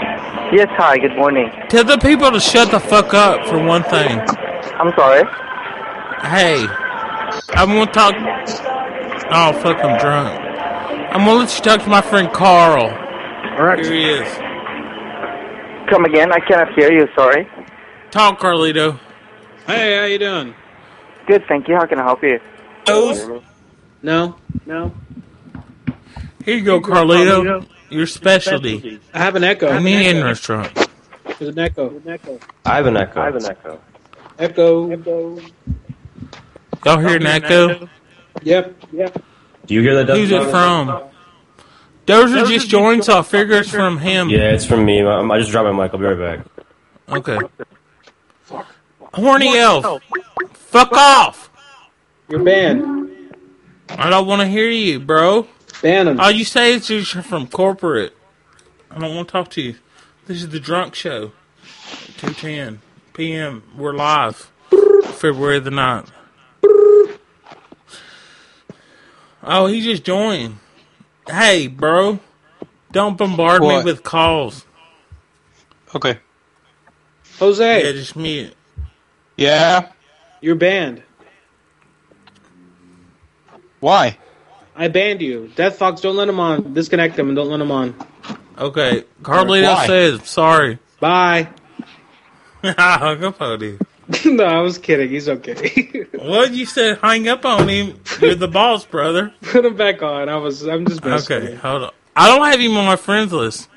Yes, hi, good morning. tell the people to shut the fuck up for one thing. I'm sorry. Hey, I'm gonna talk. Oh fuck, I'm drunk. I'm gonna let you talk to my friend Carl. Alright. Here he is. Come again, I cannot hear you, sorry. Talk, Carlito. Hey, how you doing? Good, thank you. How can I help you? Those? No, no. Here you go, Carlito. Your specialty. I have an echo. An Indian restaurant. There's an echo. There's an echo. I have an echo. I have an echo. Echo. Echo. Y'all hear an echo? Yep. Yep. Do you hear that, Who's Dustin? it from? Dozer just joined, so I figure it's from him. Yeah, it's from me. I I just dropped my mic. I'll be right back. Okay. Horny elf. Fuck off. You're banned. I don't want to hear you, bro. Ban him. All you say is you're from corporate. I don't want to talk to you. This is the drunk show. 2.10 p.m. We're live. February the 9th. Oh, he just joined. Hey, bro. Don't bombard What? me with calls. Okay. Jose. Yeah, just mute. Yeah. You're banned. Why? I banned you. Death Fox, don't let him on. Disconnect him and don't let him on. Okay. Carlito Why? says, sorry. Bye. I hung up on him. no, I was kidding. He's okay. What you said? Hang up on him. You're the boss, brother. Put him back on. I was. I'm just. messing Okay, hold on. I don't have him on my friends list.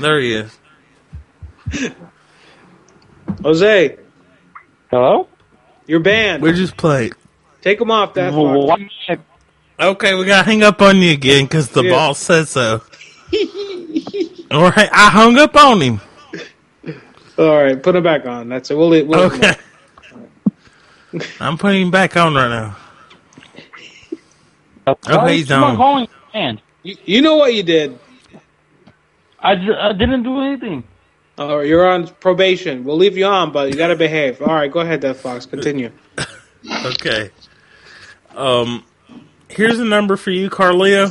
There he is. Jose, Hello? you're banned. We're just playing. take him off. Death What? Fox. Okay, we gotta hang up on you again because the Yeah. boss said so. All right, I hung up on him. All right, put him back on. That's it. We'll. we'll Okay. I'm putting him back on right now. Oh, Okay, um, he's Someone on. calling banned. You, you know what you did. I, d- I didn't do anything. All right, you're on probation. We'll leave you on, but you gotta behave. All right, go ahead, Death Fox. Continue. Okay. Um, here's a number for you, Carleo.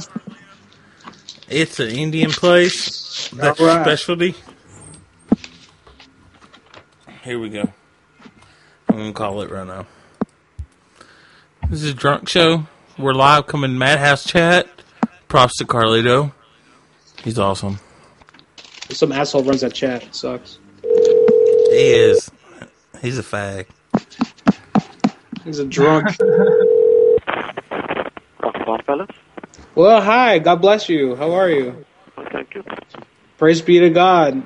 It's an Indian place. That's your All right. specialty. Here we go. I'm gonna call it right now. This is a drunk show. We're live coming Madhouse Chat. Props to Carlito. He's awesome. Some asshole runs that chat. It sucks. He is. He's a fag. He's a drunk. fellas. well, hi. God bless you. How are you? Thank you. Praise be to God.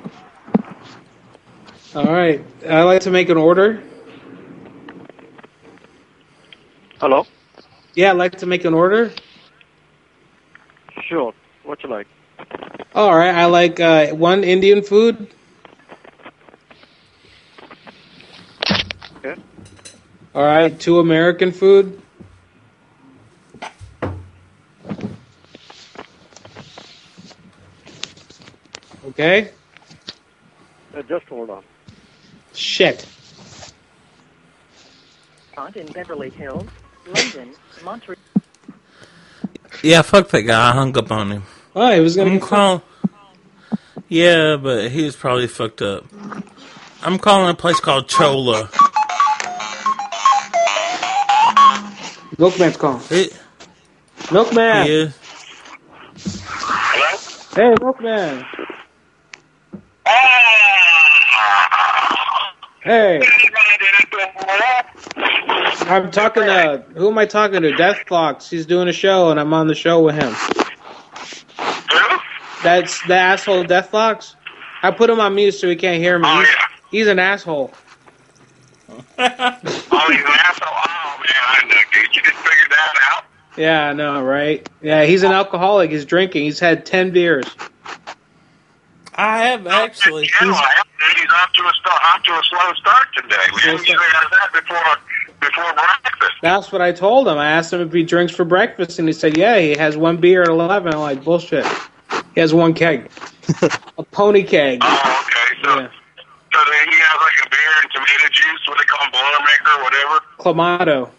All right. I'd like to make an order. Hello? Yeah, I'd like to make an order. Sure. What you like? All right. I like uh, one Indian food. Okay. All right. Two American food. Okay. Uh, just hold on. Shit. Restaurant in Beverly Hills, London, Montreal. Yeah, fuck that guy. I hung up on him. Oh, he was gonna I'm call. Yeah, but he was probably fucked up. I'm calling a place called Chola. Milkman's calling. It, Milkman. He is. Hey, Milkman. Hey. I'm talking to who am I talking to? Death Fox. He's doing a show, and I'm on the show with him. That's the asshole Death Fox. I put him on mute so he can't hear me. he's, he's an asshole. Oh, Yeah, I know, right? Yeah, he's an alcoholic. He's drinking. He's had ten beers. I have actually. He's off to a start, off to a slow start today. We didn't usually have that before before breakfast. That's what I told him. I asked him if he drinks for breakfast, and he said, "Yeah, he has one beer at 11. I'm like, "Bullshit." He has one keg, a pony keg. Oh, okay. So, so then he has like a beer and tomato juice. What they call them, Boilermaker, whatever. Clamato.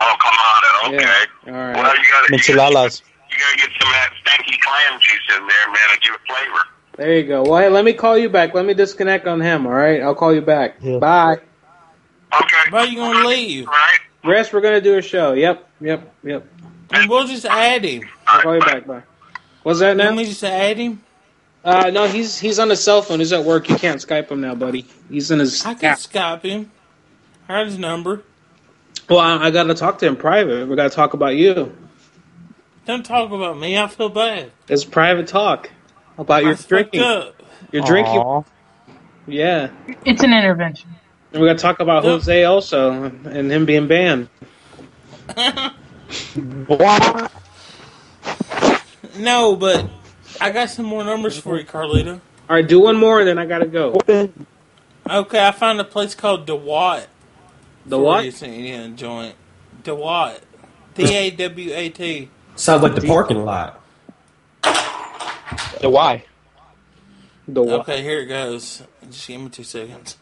Oh, come on, okay. All right. Well, you gotta Micheladas. you gotta get some of that stanky clam juice in there, man, and give it flavor. There you go. Well, hey, let me call you back. Let me disconnect on him. All right, I'll call you back. Bye. Okay. Why you gonna leave? Right. Rest. We're gonna do a show. Yep. Yep. Yep. And we'll just add him. I'll call you back. Bye. What's that now? Let me just add him. Uh, no, he's he's on his cell phone. He's at work. You can't Skype him now, buddy. He's in his. I can Skype him. Had his number. Well, I, I got to talk to him private. We got to talk about you. Don't talk about me. I feel bad. It's private talk about your fucked drinking. up. Your Aw. drinking. Yeah. It's an intervention. And we got to talk about Jose also and him being banned. What? No, but I got some more numbers for you, Carlito. All right, do one more and then I got to go. Okay, I found a place called DeWatt. The what? For you, so you can join it. DeWatt. D A W A T. Sounds like the parking lot. The why? The why? Okay, here it goes. Just give me two seconds.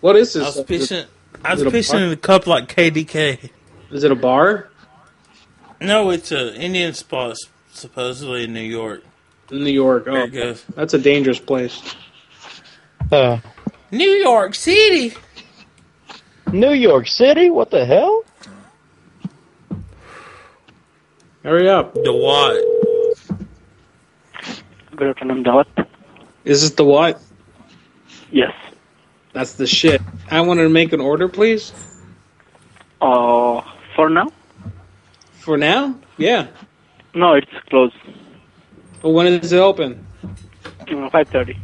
What is this? I was Is fishing. it- I is was it a fishing bar? in the cup like KDK. Is it a bar? No, it's an Indian spot, supposedly in New York. New York. There Oh, it goes. that's a dangerous place. Uh, New York City. New York City? What the hell? Hurry up. The what? Good afternoon, Dawat. Is this the what? Yes. That's the shit. I wanted to make an order, please. Uh, for now? For now? Yeah. No, it's closed. Well, when is it open? Mm, Five thirty.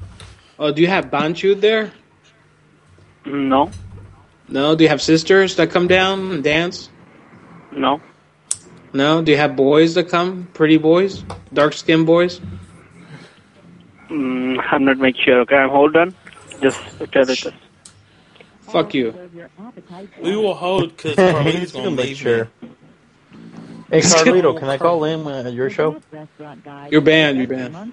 Oh, do you have Banchud there? No. No. Do you have sisters that come down and dance? No. No. Do you have boys that come? Pretty boys, dark skinned boys. Mm, I'm not make sure. Okay, I'm hold on. Just tell it. Fuck you. We will hold because Carlito's gonna leave. Hey, Carlito, can I call in uh, your show? You're banned. You're banned.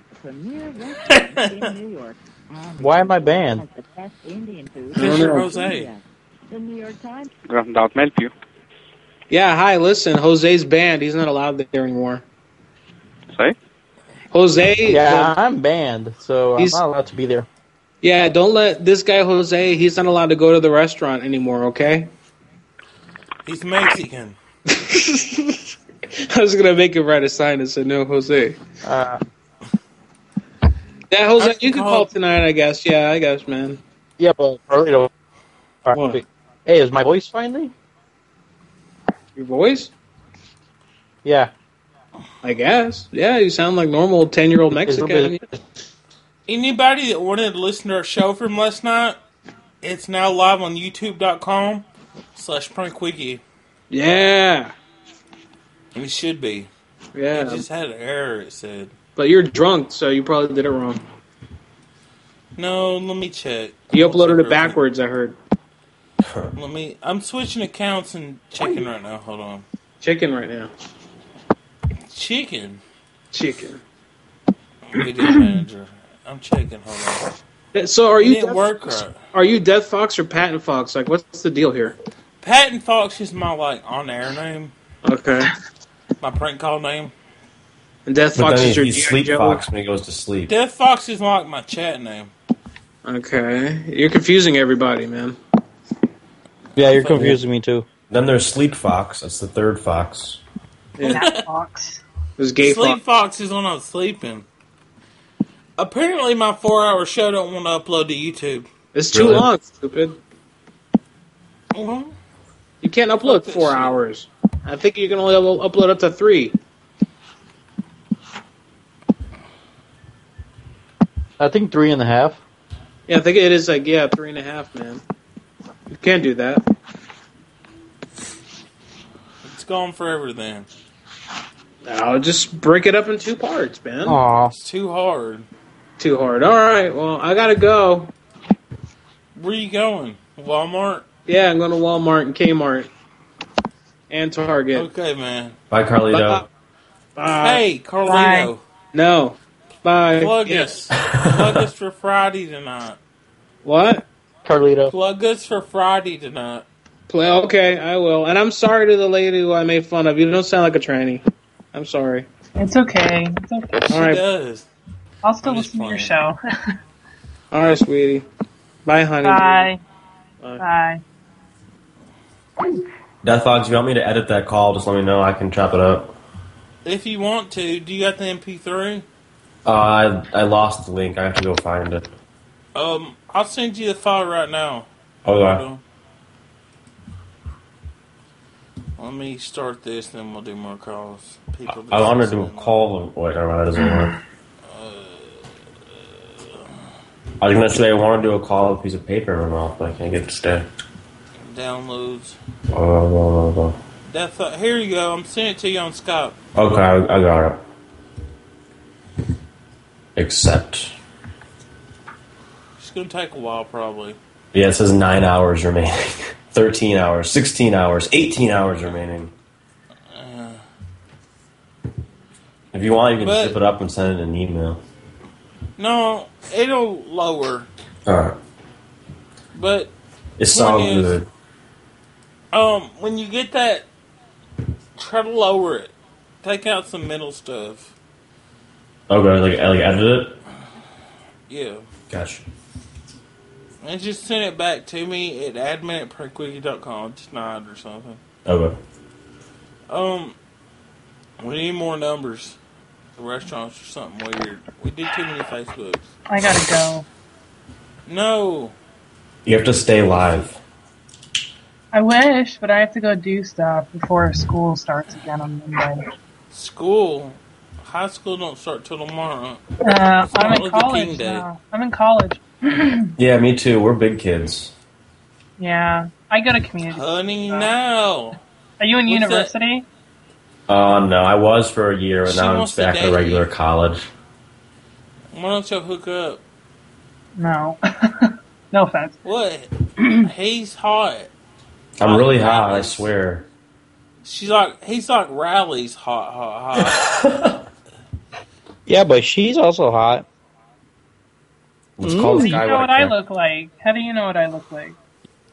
Why am I banned? Mr. Jose. Good afternoon, Dawat. May I help you? Yeah. Hi. Listen, Jose's banned. He's not allowed there anymore. Sorry? Jose. Yeah, I'm banned, so He's- I'm not allowed to be there. Yeah. Don't let this guy Jose. He's not allowed to go to the restaurant anymore. Okay. He's Mexican. I was gonna make him write a sign that said "No Jose." Uh, yeah, Jose, you can call tonight, I guess. Yeah, I guess, man. Yeah, but Carlito. all right, wait. Hey, is my voice finally? Your voice? Yeah. I guess. Yeah, you sound like normal ten-year-old Mexican. Anybody that wanted to listen to our show from last night, it's now live on youtube.com slash prankwiki. Yeah, It should be. yeah. It just had an error, it said. But you're drunk, so you probably did it wrong. No, let me check. You uploaded it backwards. I heard. Let me. I'm switching accounts and checking right now. Hold on. Chicken right now. Chicken. Chicken. Video manager. I'm checking. Hold on. So are It you didn't Death work Fox- right. Are you Death Fox or Patent Fox? Like, what's the deal here? Patton Fox is my like on air name, Okay. my prank call name. And Death But Fox then is your he's G.I. sleep Joe? fox when he goes to sleep. Death Fox is like my chat name. Okay, you're confusing everybody, man. Yeah, you're confusing me too. Then there's sleep fox. That's the third fox. Yeah. Fox. There's gay Sleep fox. Fox is when I'm sleeping. Apparently, my four-hour show don't want to upload to YouTube. It's too Really? long, stupid. Well, You can't upload four hours. I think you can only up- upload up to three. I think three and a half. Yeah, I think it is like yeah, three and a half, man. You can't do that. It's gone forever then. No, just break it up in two parts, man. Aw. It's too hard. Too hard. All right, well, I gotta go. Where you going? Walmart. Yeah, I'm going to Walmart and Kmart and Target. Okay, man. Bye, Carlito. Bye. Hey, Carlito. No. Bye. Plug Yeah. us. Plug us for Friday tonight. What? Carlito. Plug us for Friday tonight. Play. Okay, I will. And I'm sorry to the lady who I made fun of. You don't sound like a tranny. I'm sorry. It's okay. It's okay. All right. does. I'll still listen to your show. All right, sweetie. Bye, honey. Bye. Bye. Bye. Death fox, if you want me to edit that call, just let me know. I can chop it up. If you want to, do you got the MP3? Uh, I, I lost the link. I have to go find it. Um, I'll send you the file right now. Hold on. Hold on. Let me start this, then we'll do more calls. People I wanted to call. Wait, never mind. That Uh, doesn't work. I was gonna say I want to do a call with a piece of paper in my mouth, but I can't get it to stay. downloads. Blah, blah, blah, blah, That's uh, here you go. I'm sending it to you on Skype. blah. Okay, I, I got it. Except, It's gonna take a while, probably. yeah, it says nine hours remaining, thirteen hours, sixteen hours, eighteen hours remaining. Uh, If you want, you can But- zip it up and send it in an email. no, it'll lower, All right, but it point sounds is, good. Um, when you get that, try to lower it. Take out some middle stuff. Okay, Oh, like I like edit it. Yeah. Gotcha. And just send it back to me at admin at prankquickie.com tonight or something. Okay. Um, we need more numbers. The restaurants or something weird. We did too many Facebooks. I gotta go. No. You have to stay live. I wish, but I have to go do stuff before school starts again on Monday. School. High school don't start till tomorrow. It's Uh, I'm Martin in Luther King college Day. now. I'm in college. Yeah, me too. We're big kids. Yeah, I go to community. Honey, now. Are you in What's that? university? Uh, no, I was for a year, and She now I'm wants to back at date regular college. Why don't you hook up? No. no offense. What? He's hot. I'm really hot, I swear. She's like, he's like Riley's hot, hot, hot. Yeah, but she's also hot. It's How do you know what I look like? How do you know what I look like?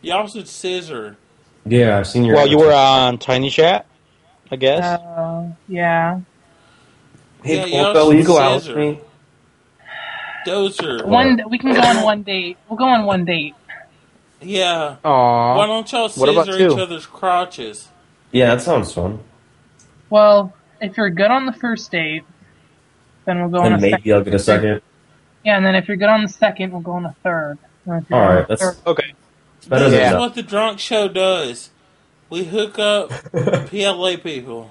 Y'all should scissor. Yeah, I've seen your. Well, you were on Tiny Chat, I guess. Uh, yeah. Hey, Yeah, y'all Coco, should you go out scissor. with me? Dozer. One. We can go on one date. We'll go on one date. Yeah. Aw. Why don't y'all What about scissor each two? other's crotches? Yeah, that sounds fun. Well, if you're good on the first date, then we'll go on Then a second. maybe I'll get a second. Yeah, and then if you're good on the second, we'll go on a third. And if you're All good on right, the that's third- okay. Better this than is that. what the drunk show does. We hook up PLA people.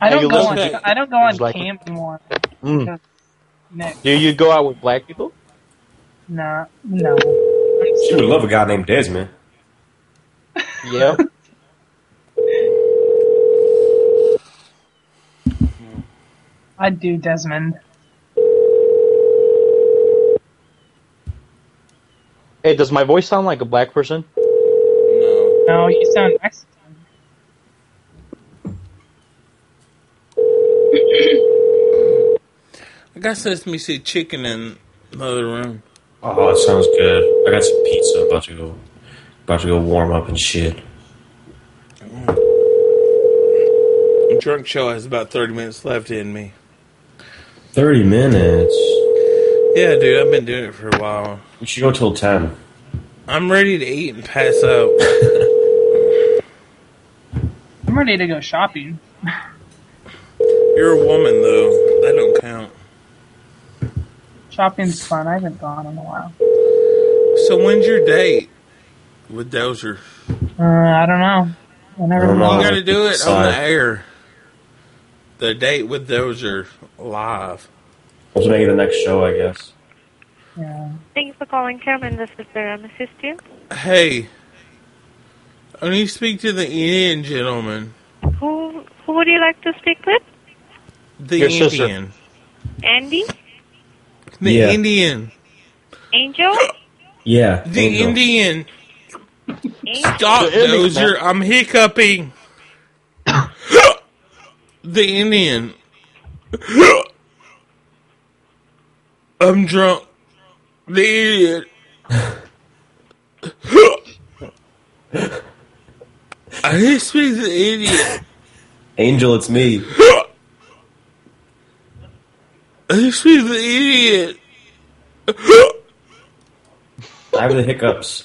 I don't you go on. listen I don't go on Like- camp anymore. Mm. Because Nick, Do you go out with black people? nah, no. She would love a guy named Desmond. Yep. I'd do Desmond. hey, does my voice sound like a black person? No, you sound Mexican. I got sesame seed chicken in the other room. Oh, that sounds good. I got some pizza. About to go. About to go warm up and shit. The drunk show has about 30 minutes left in me. Thirty minutes. Yeah, dude, I've been doing it for a while. We should go till ten. I'm ready to eat and pass out. I'm ready to go shopping. You're a woman, though. That don't count. Shopping's fun. I haven't gone in a while. So when's your date with Dozer? Uh, I don't know. I never. You know. gotta do it on the Sorry. air. The date with Dozer live. We'll have to make it the next show, I guess. Thanks for calling Cameron. This is their assistant. Hey, I need to speak to the Indian gentleman. Who who would you like to speak with? The Your sister. Indian. Andy? The Yeah. Indian. Angel? Yeah. The Angel. Indian. Stop, The Indian, Dozer. I'm hiccuping. the Indian. I'm drunk. The idiot. I need to speak to the idiot. Angel, it's me. I need to speak to the idiot. I have the hiccups.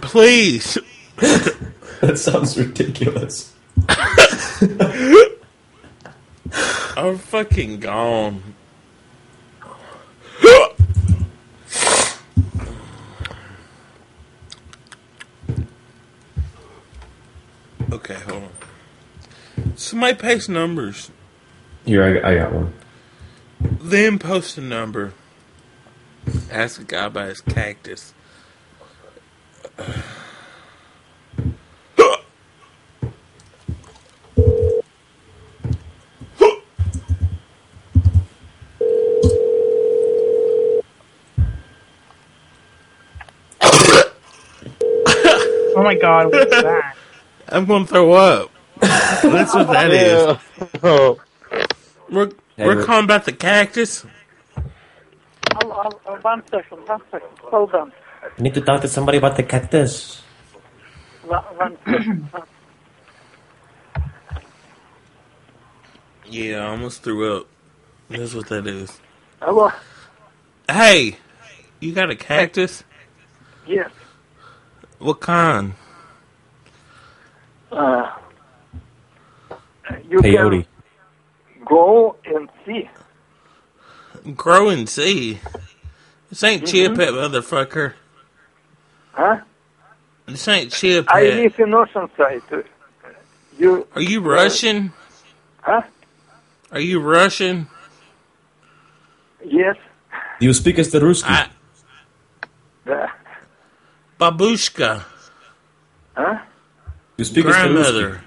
Please. that sounds ridiculous. I'm fucking gone. Okay, hold on. Somebody paste numbers, Here, I, got- I got one. then post a number. Ask a guy about his cactus. Oh my god, what is that? I'm gonna throw up. That's what that is. We're, we're Hey, calling about the cactus. I'll, I'll, I'll, one second, one second. Hold on. I need to talk to somebody about the cactus. One, one second. Yeah, I almost threw up. That's what that is. Hello. Hey, you got a cactus? Yes. What kind? Uh, you Peyote. can go and see. Grow and see. This ain't chia Mhm. pet, motherfucker. Huh? This ain't chia I pet. live in Oceanside. You Are you Russian? Huh? Are you Russian? Yes. You speak as the Ruski. Uh, Babushka. Huh? You speak as the Ruski. Grandmother.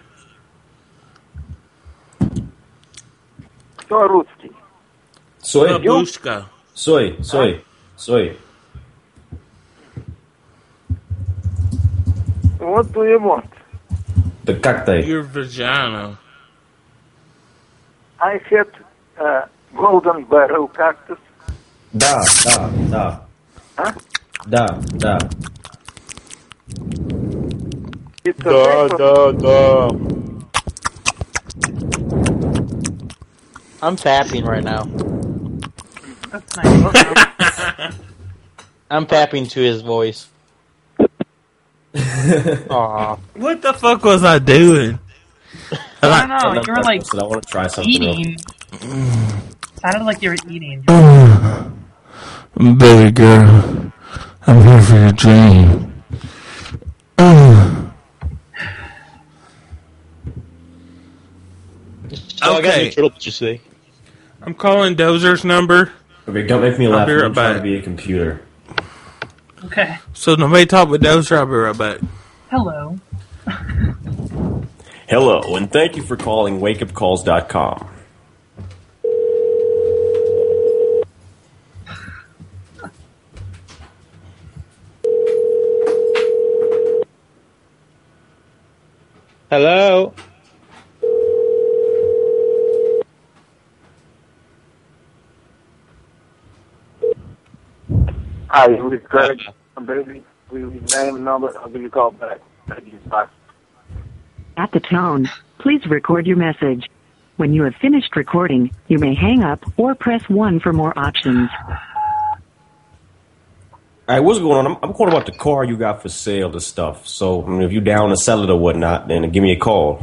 кто русский? Soy. Babushka. Soy. Soy. Soy. What do you want? The cacti. Your vagina. I had uh, golden barrel cactus. Da. Da. Da. Da. Da. It's Duh, a type duh, Oh, duh. I'm fapping right now. That's nice. I'm fapping to his voice. Ah. Aww. What the fuck was I doing? I don't know, you were like I want to try something else. eating. Sounded like you were eating. Baby girl, I'm here for your dream. So I got Okay. new turtle pictures today. I'm calling Dozer's number. Okay, don't make me I'll laugh. be I'm right trying back. to be a computer. Okay. So nobody talk with Dozer. I'll be right back. Hello. Hello, and thank you for calling wakeupcalls.com. Hello. Hi, this is Greg. I'm busy. We we name number. I'll give you a call back. Thank you. Bye. At the tone, please record your message. When you have finished recording, you may hang up or press 1 for more options. All right, what's going on? I'm, I'm calling about the car you got for sale, the stuff. So I mean, if you down to sell it or whatnot, then give me a call.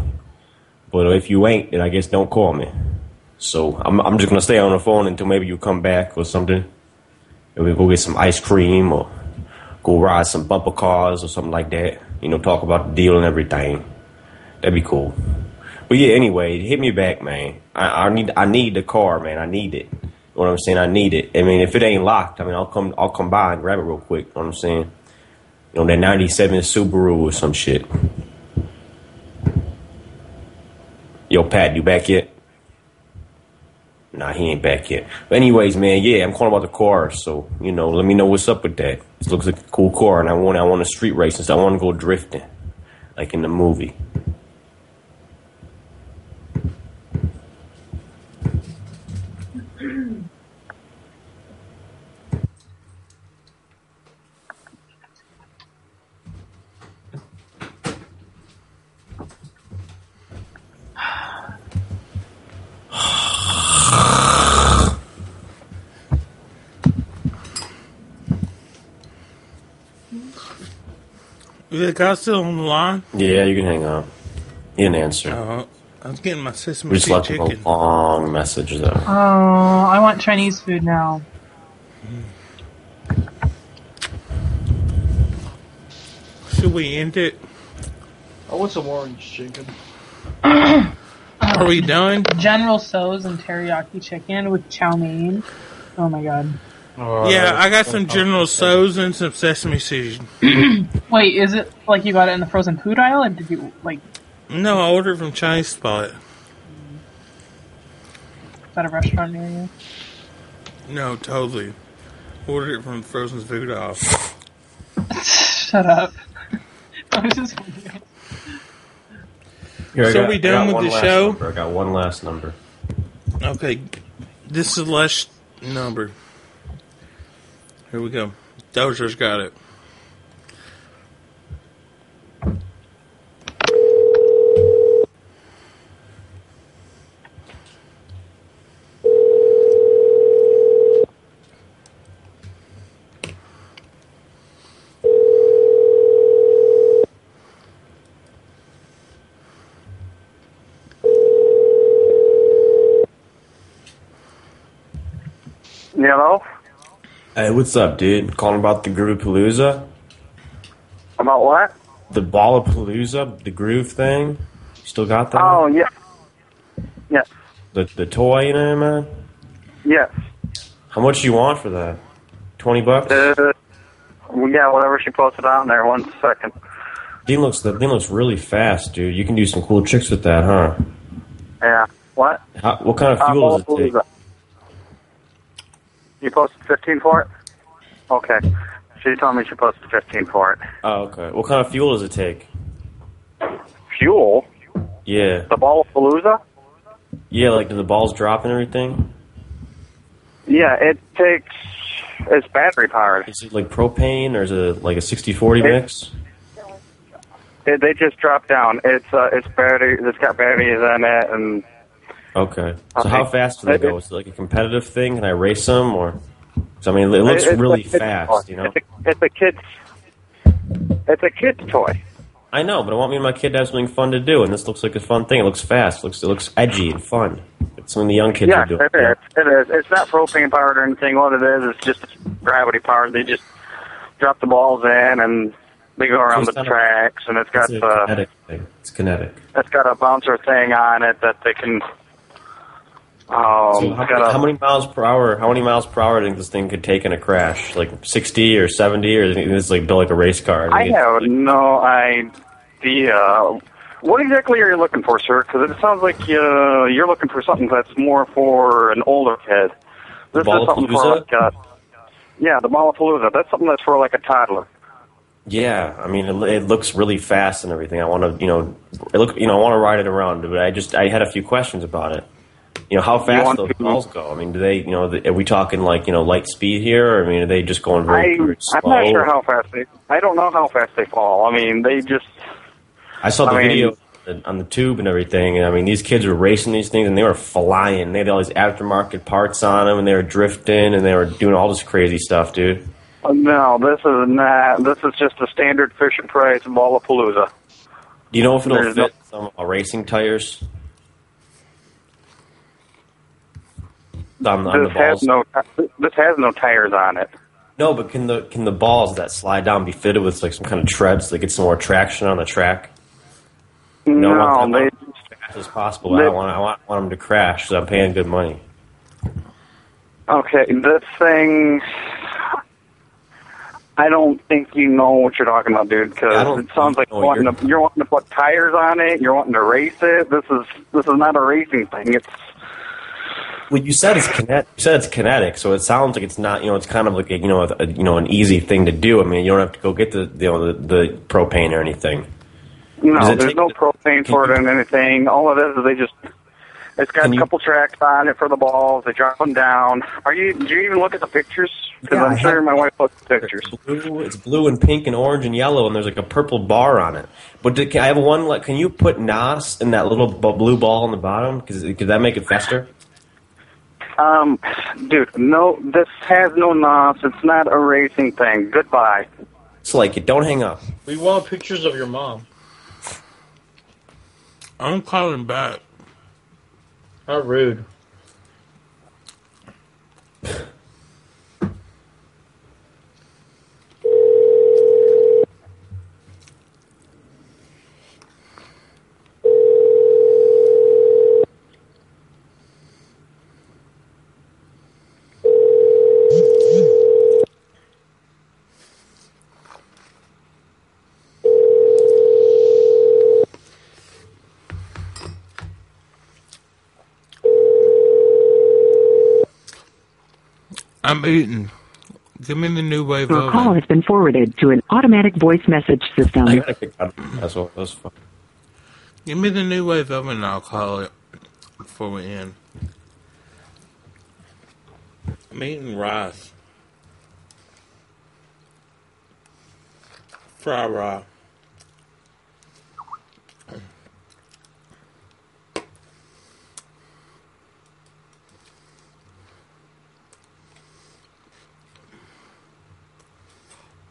But if you ain't, then I guess don't call me. So I'm, I'm just gonna stay on the phone until maybe you come back or something. And we go get some ice cream or go ride some bumper cars or something like that. You know, talk about the deal and everything. That'd be cool. But yeah, anyway, hit me back, man. I, I need I need the car, man. I need it. You know what I'm saying? I need it. I mean, if it ain't locked, I mean, I'll come I'll come by and grab it real quick. You know what I'm saying? You know that '97 Subaru or some shit. Yo, Pat, you back yet? Nah, he ain't back yet. But anyways, man, yeah, I'm calling about the car. So you know, let me know what's up with that. It looks like a cool car, and I want I want a street race, and so I want to go drifting, like in the movie. Is the guy still on the line? Yeah, you can hang up. Oh, You can answer. Uh, I was getting my sister We just left him chicken. a long message though. Oh, I want Chinese food now. Should we end it? I want some orange chicken. Are we done? General So's and teriyaki chicken with chow mein. Oh my god. yeah, I got some General So's and some sesame seeds. Wait, is it like you got it in the frozen food aisle, or did you like? No, I ordered from Chinese Spot. Is that a restaurant near you? No, totally. Ordered it from frozen food aisle. Shut up. This is weird. Here, I so got- we I got done with one the last show? number. I got one last number. Okay, this is last number. Here we go. Dozier's got it. Hello? Hey, what's up, dude? Calling about the Groove Palooza? About what? The Ballapalooza, the groove thing? You still got that? Oh, yeah. Yes. The, the toy, you know, man? Yes. How much you want for that? 20 bucks? Uh, well, yeah, whatever she posted on there. One second. Dean looks, the thing looks really fast, dude. You can do some cool tricks with that, huh? Yeah. What? How, what kind of Uh, fuel does Ballapalooza. it take? You posted 15 for it? Okay. She told me she posted 15 for it. Oh, okay. What kind of fuel does it take? Fuel? Yeah. The ball palooza? Yeah, like do the balls drop and everything? Yeah, it takes. It's battery powered. Is it like propane or is it like a 60-40 mix? It, they just drop down. It's uh, it's battery. It's got batteries in it, and Okay. Uh, So how fast do they go? Is it like a competitive thing? Can I race them or? 'cause, I mean, it looks It- it's really a kid's fast, toy. you know. It's a, it's a kid's. It's a kid's toy. I know, but I want me and my kid to have something fun to do, and this looks like a fun thing. It looks fast. It looks it looks edgy and fun. It's something the young kids yeah, are doing. it is. It is. It's not propane powered or anything. What it is, it's just gravity powered. They just drop the balls in, and they go around So the it's not a- tracks, and it's got uh, It's a the kinetic thing. It's kinetic. it's got a bouncer thing on it that they can. Um, so how, it's got a, how many miles per hour? How many miles per hour do you think this thing could take in a crash? Like sixty or seventy, or is like built like a race car? I have no idea. What exactly are you looking for, sir? Because it sounds like uh, you're looking for something that's more for an older kid. This is something for Ballapalooza? like a, yeah, the Malapalooza. That's something that's for like a toddler. Yeah, I mean, it, it looks really fast and everything. I want to, you know, it look, you know, I want to ride it around, but I just, I had a few questions about it. You know, how fast want those to- balls go? I mean, do they, you know, th- are we talking like, you know, light speed here? Or, I mean, are they just going I very, very slow? I'm not sure how fast they. I don't know how fast they fall. I mean, they just I saw the I mean- video on the- on the tube and everything, and I mean, these kids were racing these things and they were flying. They had all these aftermarket parts on them, and they were drifting, and they were doing all this crazy stuff, dude. uh, no. This is not. This is just a standard Fisher Price Malapalooza. Do you know if it'll There's no- fit some uh, racing tires? On, on the This has balls. no. This has no tires on it. No, but can the can the balls that slide down be fitted with like some kind of treads so they get some more traction on the track? No, I want no, them they as fast as possible. I don't want I want, want them to crash. So I'm paying good money. Okay, this thing. I don't think you know what you're talking about, dude. Because it sounds like wanting to, you're wanting to put tires on it. You're wanting to race it. This is this is not a racing thing. It's Well, you said it's kinet- you said it's kinetic, so it sounds like it's not. You know, it's kind of like a, you know a, you know an easy thing to do. I mean, you don't have to go get the you know the, the propane or anything. Does no, it there's take no propane for it and anything. All it is is they just. It's got a couple tracks on it for the balls. They drop them down. Are you? Do you even look at the pictures? Because Yeah, I I'm sure have- my wife posted pictures. blue. It's blue and pink and orange and yellow, and there's like a purple bar on it. But do, can, I have one. Like, can you put Nas in that little b- blue ball on the bottom? Because could that make it faster? Um, dude, no, this has no knobs. It's not a racing thing. Goodbye. It's like it. Don't hang up. We want pictures of your mom. I'm calling back. How rude. I'm eating. Give me the new wave Your oven. call has been forwarded to an automatic voice message system. That's what that's fun. Give me the new wave oven and I'll call it before we end. I'm eating rice. Fry raw.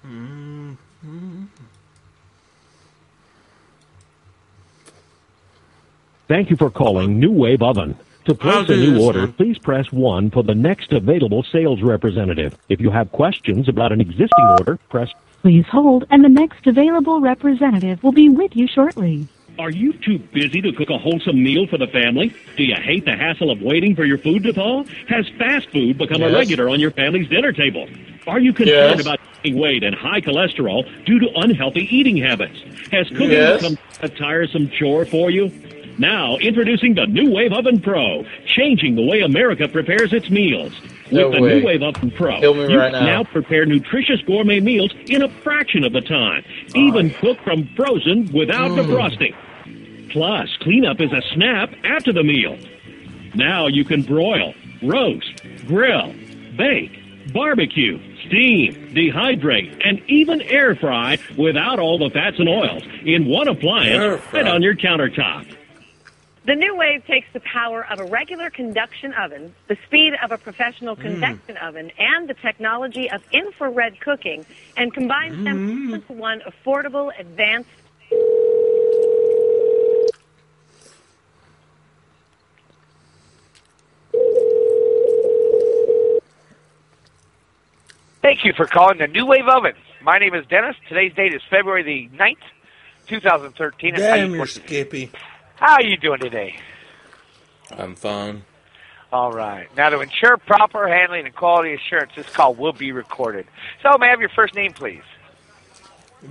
Mm, mm. Thank you for calling New Wave Oven. To place a do new this order, one. please press 1 for the next available sales representative. If you have questions about an existing order, press Please hold, and the next available representative will be with you shortly. Are you too busy to cook a wholesome meal for the family? Do you hate the hassle of waiting for your food to thaw? Has fast food become a Yes. regular on your family's dinner table? Are you concerned Yes. about gaining weight and high cholesterol due to unhealthy eating habits? Has cooking Yes. become a tiresome chore for you? Now, introducing the New Wave Oven Pro, changing the way America prepares its meals. No With the way. New Wave Oven Pro, Kill me you right can now. now prepare nutritious gourmet meals in a fraction of the time, even cooked from frozen without Mm. defrosting. Plus, cleanup is a snap after the meal. Now you can broil, roast, grill, bake, barbecue, steam, dehydrate, and even air fry without all the fats and oils in one appliance right on your countertop. The new wave takes the power of a regular conduction oven, the speed of a professional convection oven, and the technology of infrared cooking and combines them into one affordable, advanced. Thank you for calling the New Wave Oven. My name is Dennis. Today's date is February the 9th, 2013. How Damn, you- you're skippy. How are you doing today? I'm fine. All right. Now, to ensure proper handling and quality assurance, this call will be recorded. So, may I have your first name, please?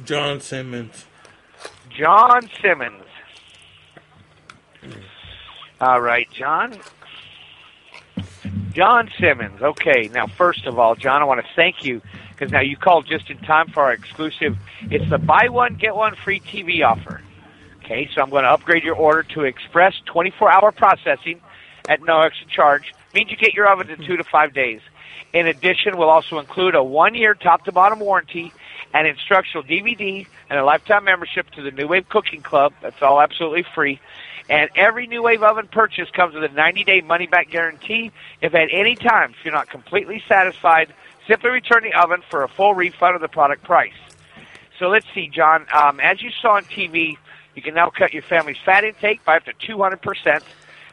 John Simmons. John Simmons. All right, John. John Simmons. Okay. Now, first of all, John, I want to thank you because now you called just in time for our exclusive. It's the buy one get one free TV offer. Okay, so I'm going to upgrade your order to express 24-hour processing at no extra charge. Means you get your oven in two to five days. In addition, we'll also include a one-year top-to-bottom warranty, an instructional DVD, and a lifetime membership to the New Wave Cooking Club. That's all absolutely free. And every New Wave oven purchase comes with a 90-day money-back guarantee. If at any time if you're not completely satisfied, simply return the oven for a full refund of the product price. So let's see, John. Um, as you saw on TV, you can now cut your family's fat intake by up to 200%,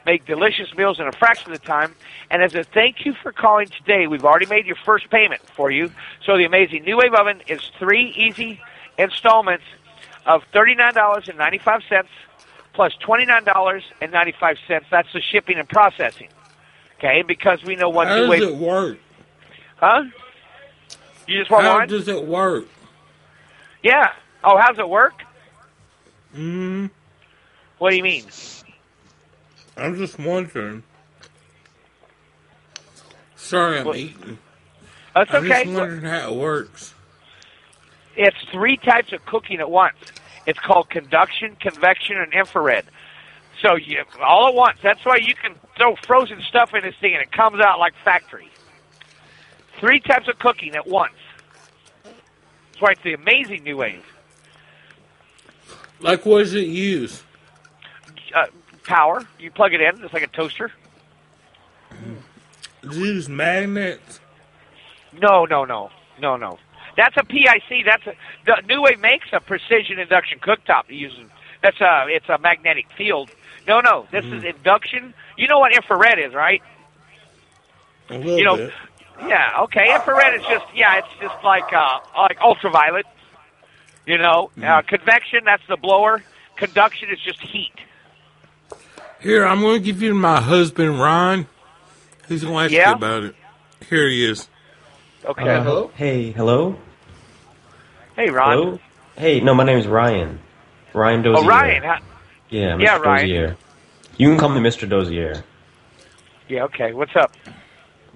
make delicious meals in a fraction of the time, and as a thank you for calling today, we've already made your first payment for you. So the amazing New Wave Oven is three easy installments of $39.95 plus $29.95. That's the shipping and processing. Okay, because we know what How New does Wave... it work? Huh? You just want How one? does it work? Yeah. Oh, how's it work? Mm-hmm. Mm. What do you mean? I'm just wondering. Sorry, I'm Well, eating. That's I'm okay. just wondering how it works. It's three types of cooking at once. It's called conduction, convection, and infrared. So you all at once. That's why you can throw frozen stuff in this thing and it comes out like factory. Three types of cooking at once. That's why it's the amazing new wave. Like, what does it use? Uh, power. You plug it in. It's like a toaster. Does it use magnets? No, no, no, no, no. That's a PIC. That's a the New Wave makes a precision induction cooktop using. That's a it's a magnetic field. No, no, this is induction. You know what infrared is, right? A little You know, bit. Yeah. Okay. Infrared is just yeah. It's just like uh like ultraviolet. You know, uh, convection. That's the blower. Conduction is just heat. Here, I'm going to give you my husband, Ryan. He's going to ask Yeah? you about it. Here he is. Okay. Uh, hello? Hey, hello? Hey, Ron. Hello? Hey, no, my name is Ryan. Ryan Dozier. Oh, Ryan. Huh? Yeah, Mr. Yeah, Ryan. Dozier. You can call me Mr. Dozier. Yeah. Okay. What's up?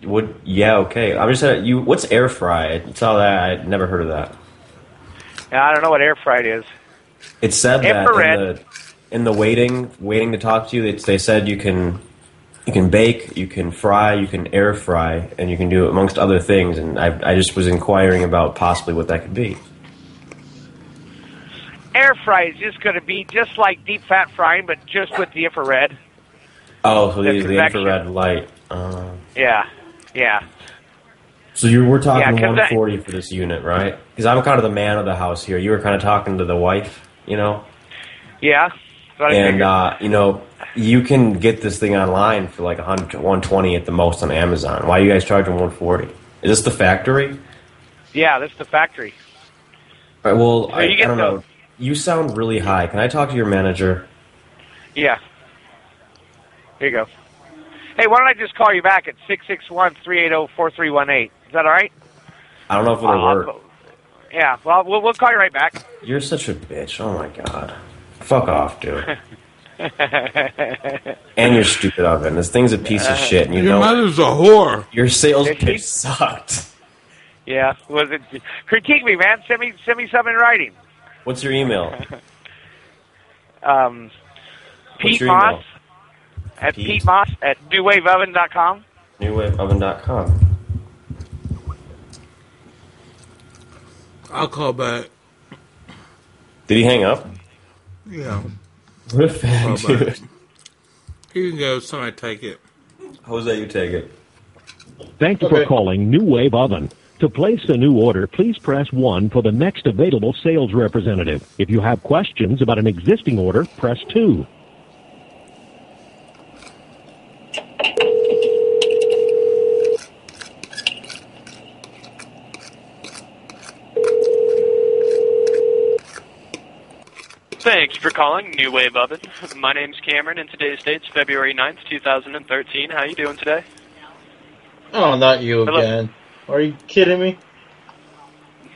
What? Yeah, okay. I'm just saying, you. What's air fry? I saw that. I never heard of that. Now, I don't know what air fried is. It said that in Infrared. the, in the waiting, waiting to talk to you. They, they said you can, you can bake, you can fry, you can air fry, and you can do it amongst other things. And I, I just was inquiring about possibly what that could be. Air fry is just going to be just like deep fat frying, but just with the infrared. Oh, so they use the convection. infrared light. Uh, Yeah, yeah. so you were talking Yeah, 'cause that- 140 for this unit, right? Because I'm kind of the man of the house here. You were kind of talking to the wife, you know. Yeah. So I and figured- uh, you know you can get this thing online for like 100, 120 at the most on Amazon. Why are you guys charging 140? Is this the factory? yeah, that's the factory. All right, Uh, well, Where I, you I get don't know. You sound really high. Can I talk to your manager? Yeah. Here you go. Hey, why don't I just call you back at six six one three eight zero four three one eight? Is that all right? I don't know if it'll Uh, I'll- work. Yeah. Well, we'll, we'll call you right back. You're such a bitch. Oh my god. Fuck off, dude. and your stupid oven. This thing's a piece Uh, of shit. And you Your know mother's a whore. Your sales pitch sucked. yeah. Was it critique me, man? Send me send me some in writing. What's your email? Um, Pete your email? Moss at Pete? Pete Moss at newwaveoven.com. Newwaveoven.com. I'll call back. Did he hang up? Yeah. What a fag, Call back. dude. Here you go. Somebody take it. Jose, you take it. Thank you for Okay. calling New Wave Oven. To place a new order, please press 1 for the next available sales representative. If you have questions about an existing order, press 2. Thanks for calling New Wave Oven. My name's Cameron, and today's date's February 9th, 2013. How you doing today? Oh, not you Hello? again. Are you kidding me?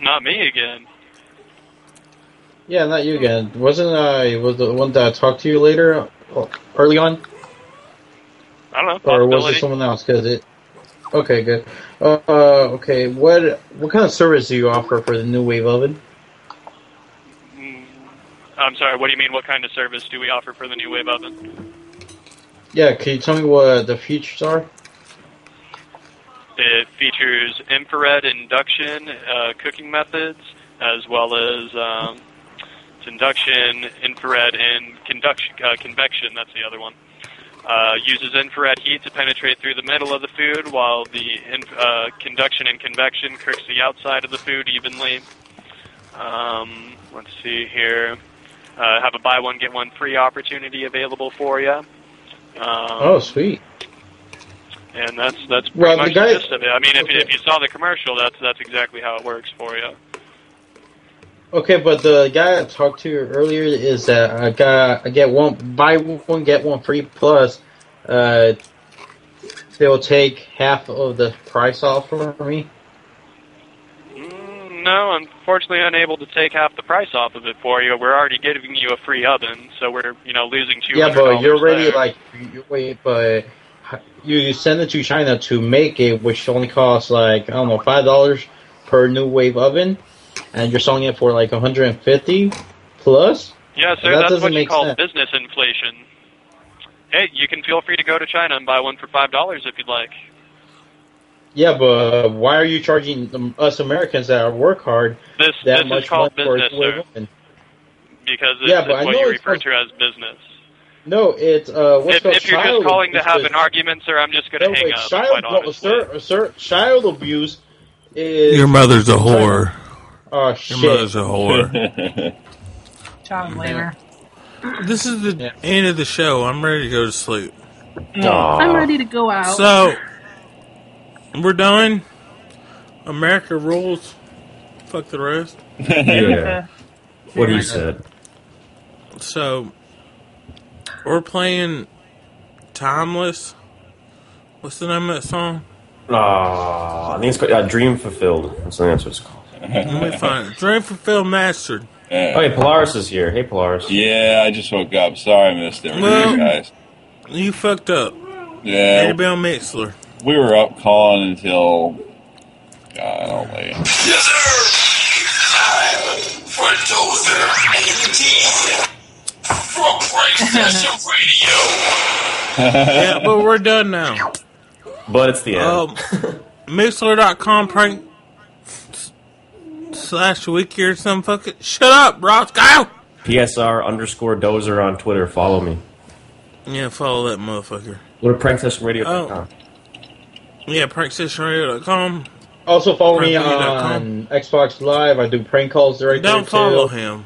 Not me again. Yeah, not you again. Wasn't I was the one that I talked to you later, or early on, I don't know. or was possibility. it someone else? Because it. Okay, good. Uh, uh, okay, what what kind of service do you offer for the new wave oven? I'm sorry, what do you mean? What kind of service do we offer for the New Wave Oven? Yeah, can you tell me what the features are? It features infrared induction uh, cooking methods, as well as um, it's induction, infrared, and conduction, uh, convection. That's the other one. Uh, uses infrared heat to penetrate through the middle of the food, while the in, uh, conduction and convection cooks the outside of the food evenly. Um, let's see here. Uh, have a buy one get one free opportunity available for you. Um, oh, sweet. and that's that's pretty Well, the much guy- the gist of it. I mean, if, if you saw the commercial, that's that's exactly how it works for you. Okay, but the guy I talked to earlier is that I got I get one buy one get one free plus. Uh, they'll take half of the price off for me. No, unfortunately, unable to take half the price off of it for you. We're already giving you a free oven, so we're you know losing two Yeah, hundred. but you're already like you, wait, but you, you send it to China to make it, which only costs like I don't know five dollars per new wave oven, and you're selling it for like 150 plus. Yeah, sir, That that's doesn't what you make call sense. business inflation. Hey, you can feel free to go to China and buy one for five dollars if you'd like. Yeah, but uh, why are you charging um, us Americans that work hard This that this much is called money for a business, new wave sir, oven? because it's, Yeah, but I it's what know you it's refer to as business. No, it's uh, what's If, called if you're child just calling to abuse. have an argument, sir, I'm just going to No, hang it's up. child, Quite no, honestly. sir, sir, child abuse is Your mother's a whore. Oh Your shit! mother's a whore. Child labor. this is the end of the show. I'm ready to go to sleep. I'm ready to go out. So we're done. America rules. Fuck the rest. Yeah. What he said. So we're playing Timeless. What's the name of that song? Ah, I think it's called uh, Dream Fulfilled. I think that's what it's called. Let me find it. Dream Fulfilled Mastered. Oh, yeah, Polaris is here. Hey, Polaris. Yeah, I just woke up. Sorry I missed everything, Well- guys. You fucked up. Yeah. Annabelle Mixler. we were up calling until God, I don't know. For those that are AMT from Price Session Radio. yeah, but we're done now. But it's the end. Um, Mixler.com prank s- slash wiki or some fucking. Shut up, Roscoe! PSR underscore dozer on Twitter. Follow me. Yeah, follow that motherfucker. Go to pranksessionradio.com. Oh. Yeah, pranksessionradio.com. Also follow me Prankmedia.com. on Xbox Live. I do prank calls right there. Don't follow too. him.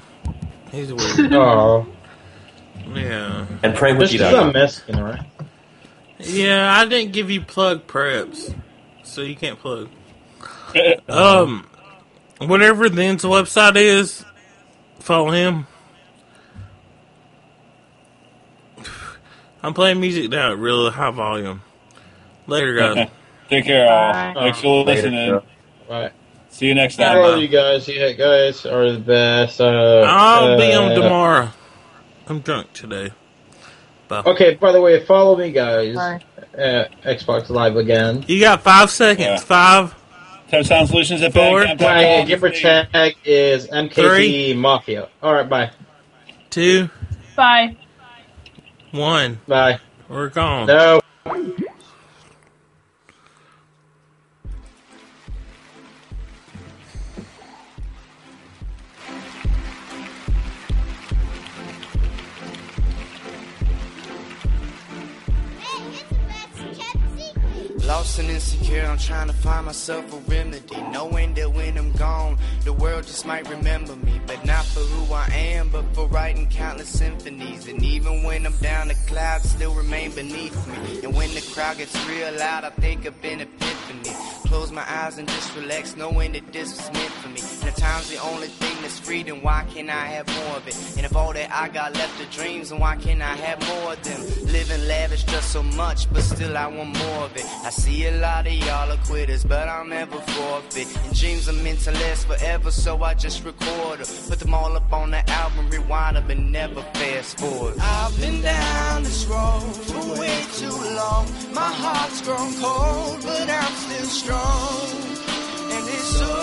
He's weird. Oh. Yeah. And pray with This you. is a Mexican, right? Yeah, I didn't give you plug preps, so you can't plug. um, whatever then's website is, follow him. I'm playing music now at really high volume. Later, guys. Take care, all. Thanks for listening. Right. See you next time. Follow you guys. You guys are the best. Uh, I'll be on uh, tomorrow. I'm drunk today. Bye. Okay, by the way, follow me, guys, at Xbox Live again. You got five seconds. Five. Time Sound Solutions at Four. My gamer tag is MKT Three. Mafia. All right, bye. Two. Bye. One. Bye. We're gone. No. Lost and insecure, I'm trying to find myself a remedy. Knowing that when I'm gone, the world just might remember me. But not for who I am, but for writing countless symphonies. And even when I'm down, the clouds still remain beneath me. And when the crowd gets real loud, I think of an epiphany. Close my eyes and just relax, knowing that this was meant for me. And at times, the only thing that's free, then why can't I have more of it? And if all that I got left are dreams, and why can't I have more of them? Living lavish just so much, but still I want more of it. I see a lot of y'all are quitters, but I'll never forfeit. And dreams are meant to last forever, so I just record 'em. Put them all up on the album, rewind 'em and never fast forward. I've been down this road for way too long. My heart's grown cold, but I'm still strong. And it's so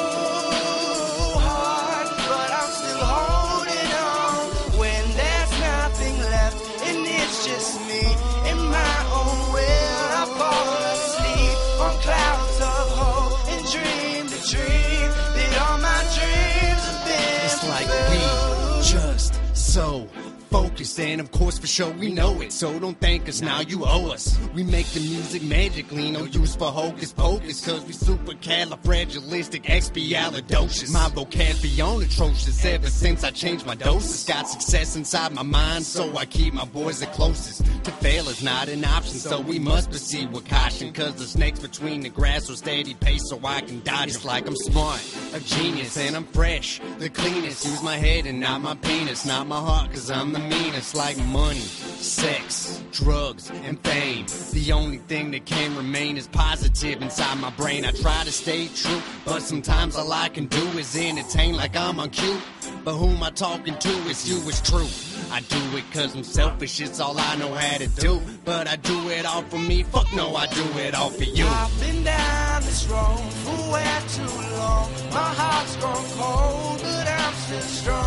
hard, but I'm still holding on. When there's nothing left, and it's just me in my own will, I fall asleep on clouds of hope and dream the dream that all my dreams have been. It's like we just so focused, and of course, for sure, we know it. So don't thank us now, you owe us. We make the music magically, no use for hocus pocus, cause we super califragilistic, expialidocious. My vocab's beyond atrocious ever since I changed my doses. Got success inside my mind, so I keep my boys the closest. To fail is not an option, so we must proceed with caution, cause the snakes between the grass will steady pace, so I can dodge. It's like I'm smart, a genius, and I'm fresh, the cleanest. Use my head and not my penis, not my heart, cause I'm the meanest. Like money, sex, drugs, and fame. The only thing that can remain is positive inside my brain. I try to stay true, but sometimes all I can do is entertain like I'm on cue. But who am I talking to? It's you, it's true. I do it cause I'm selfish, it's all I know how to do. But I do it all for me, fuck no, I do it all for you. I've been down this road for way too long. My heart's grown cold, but I'm still strong.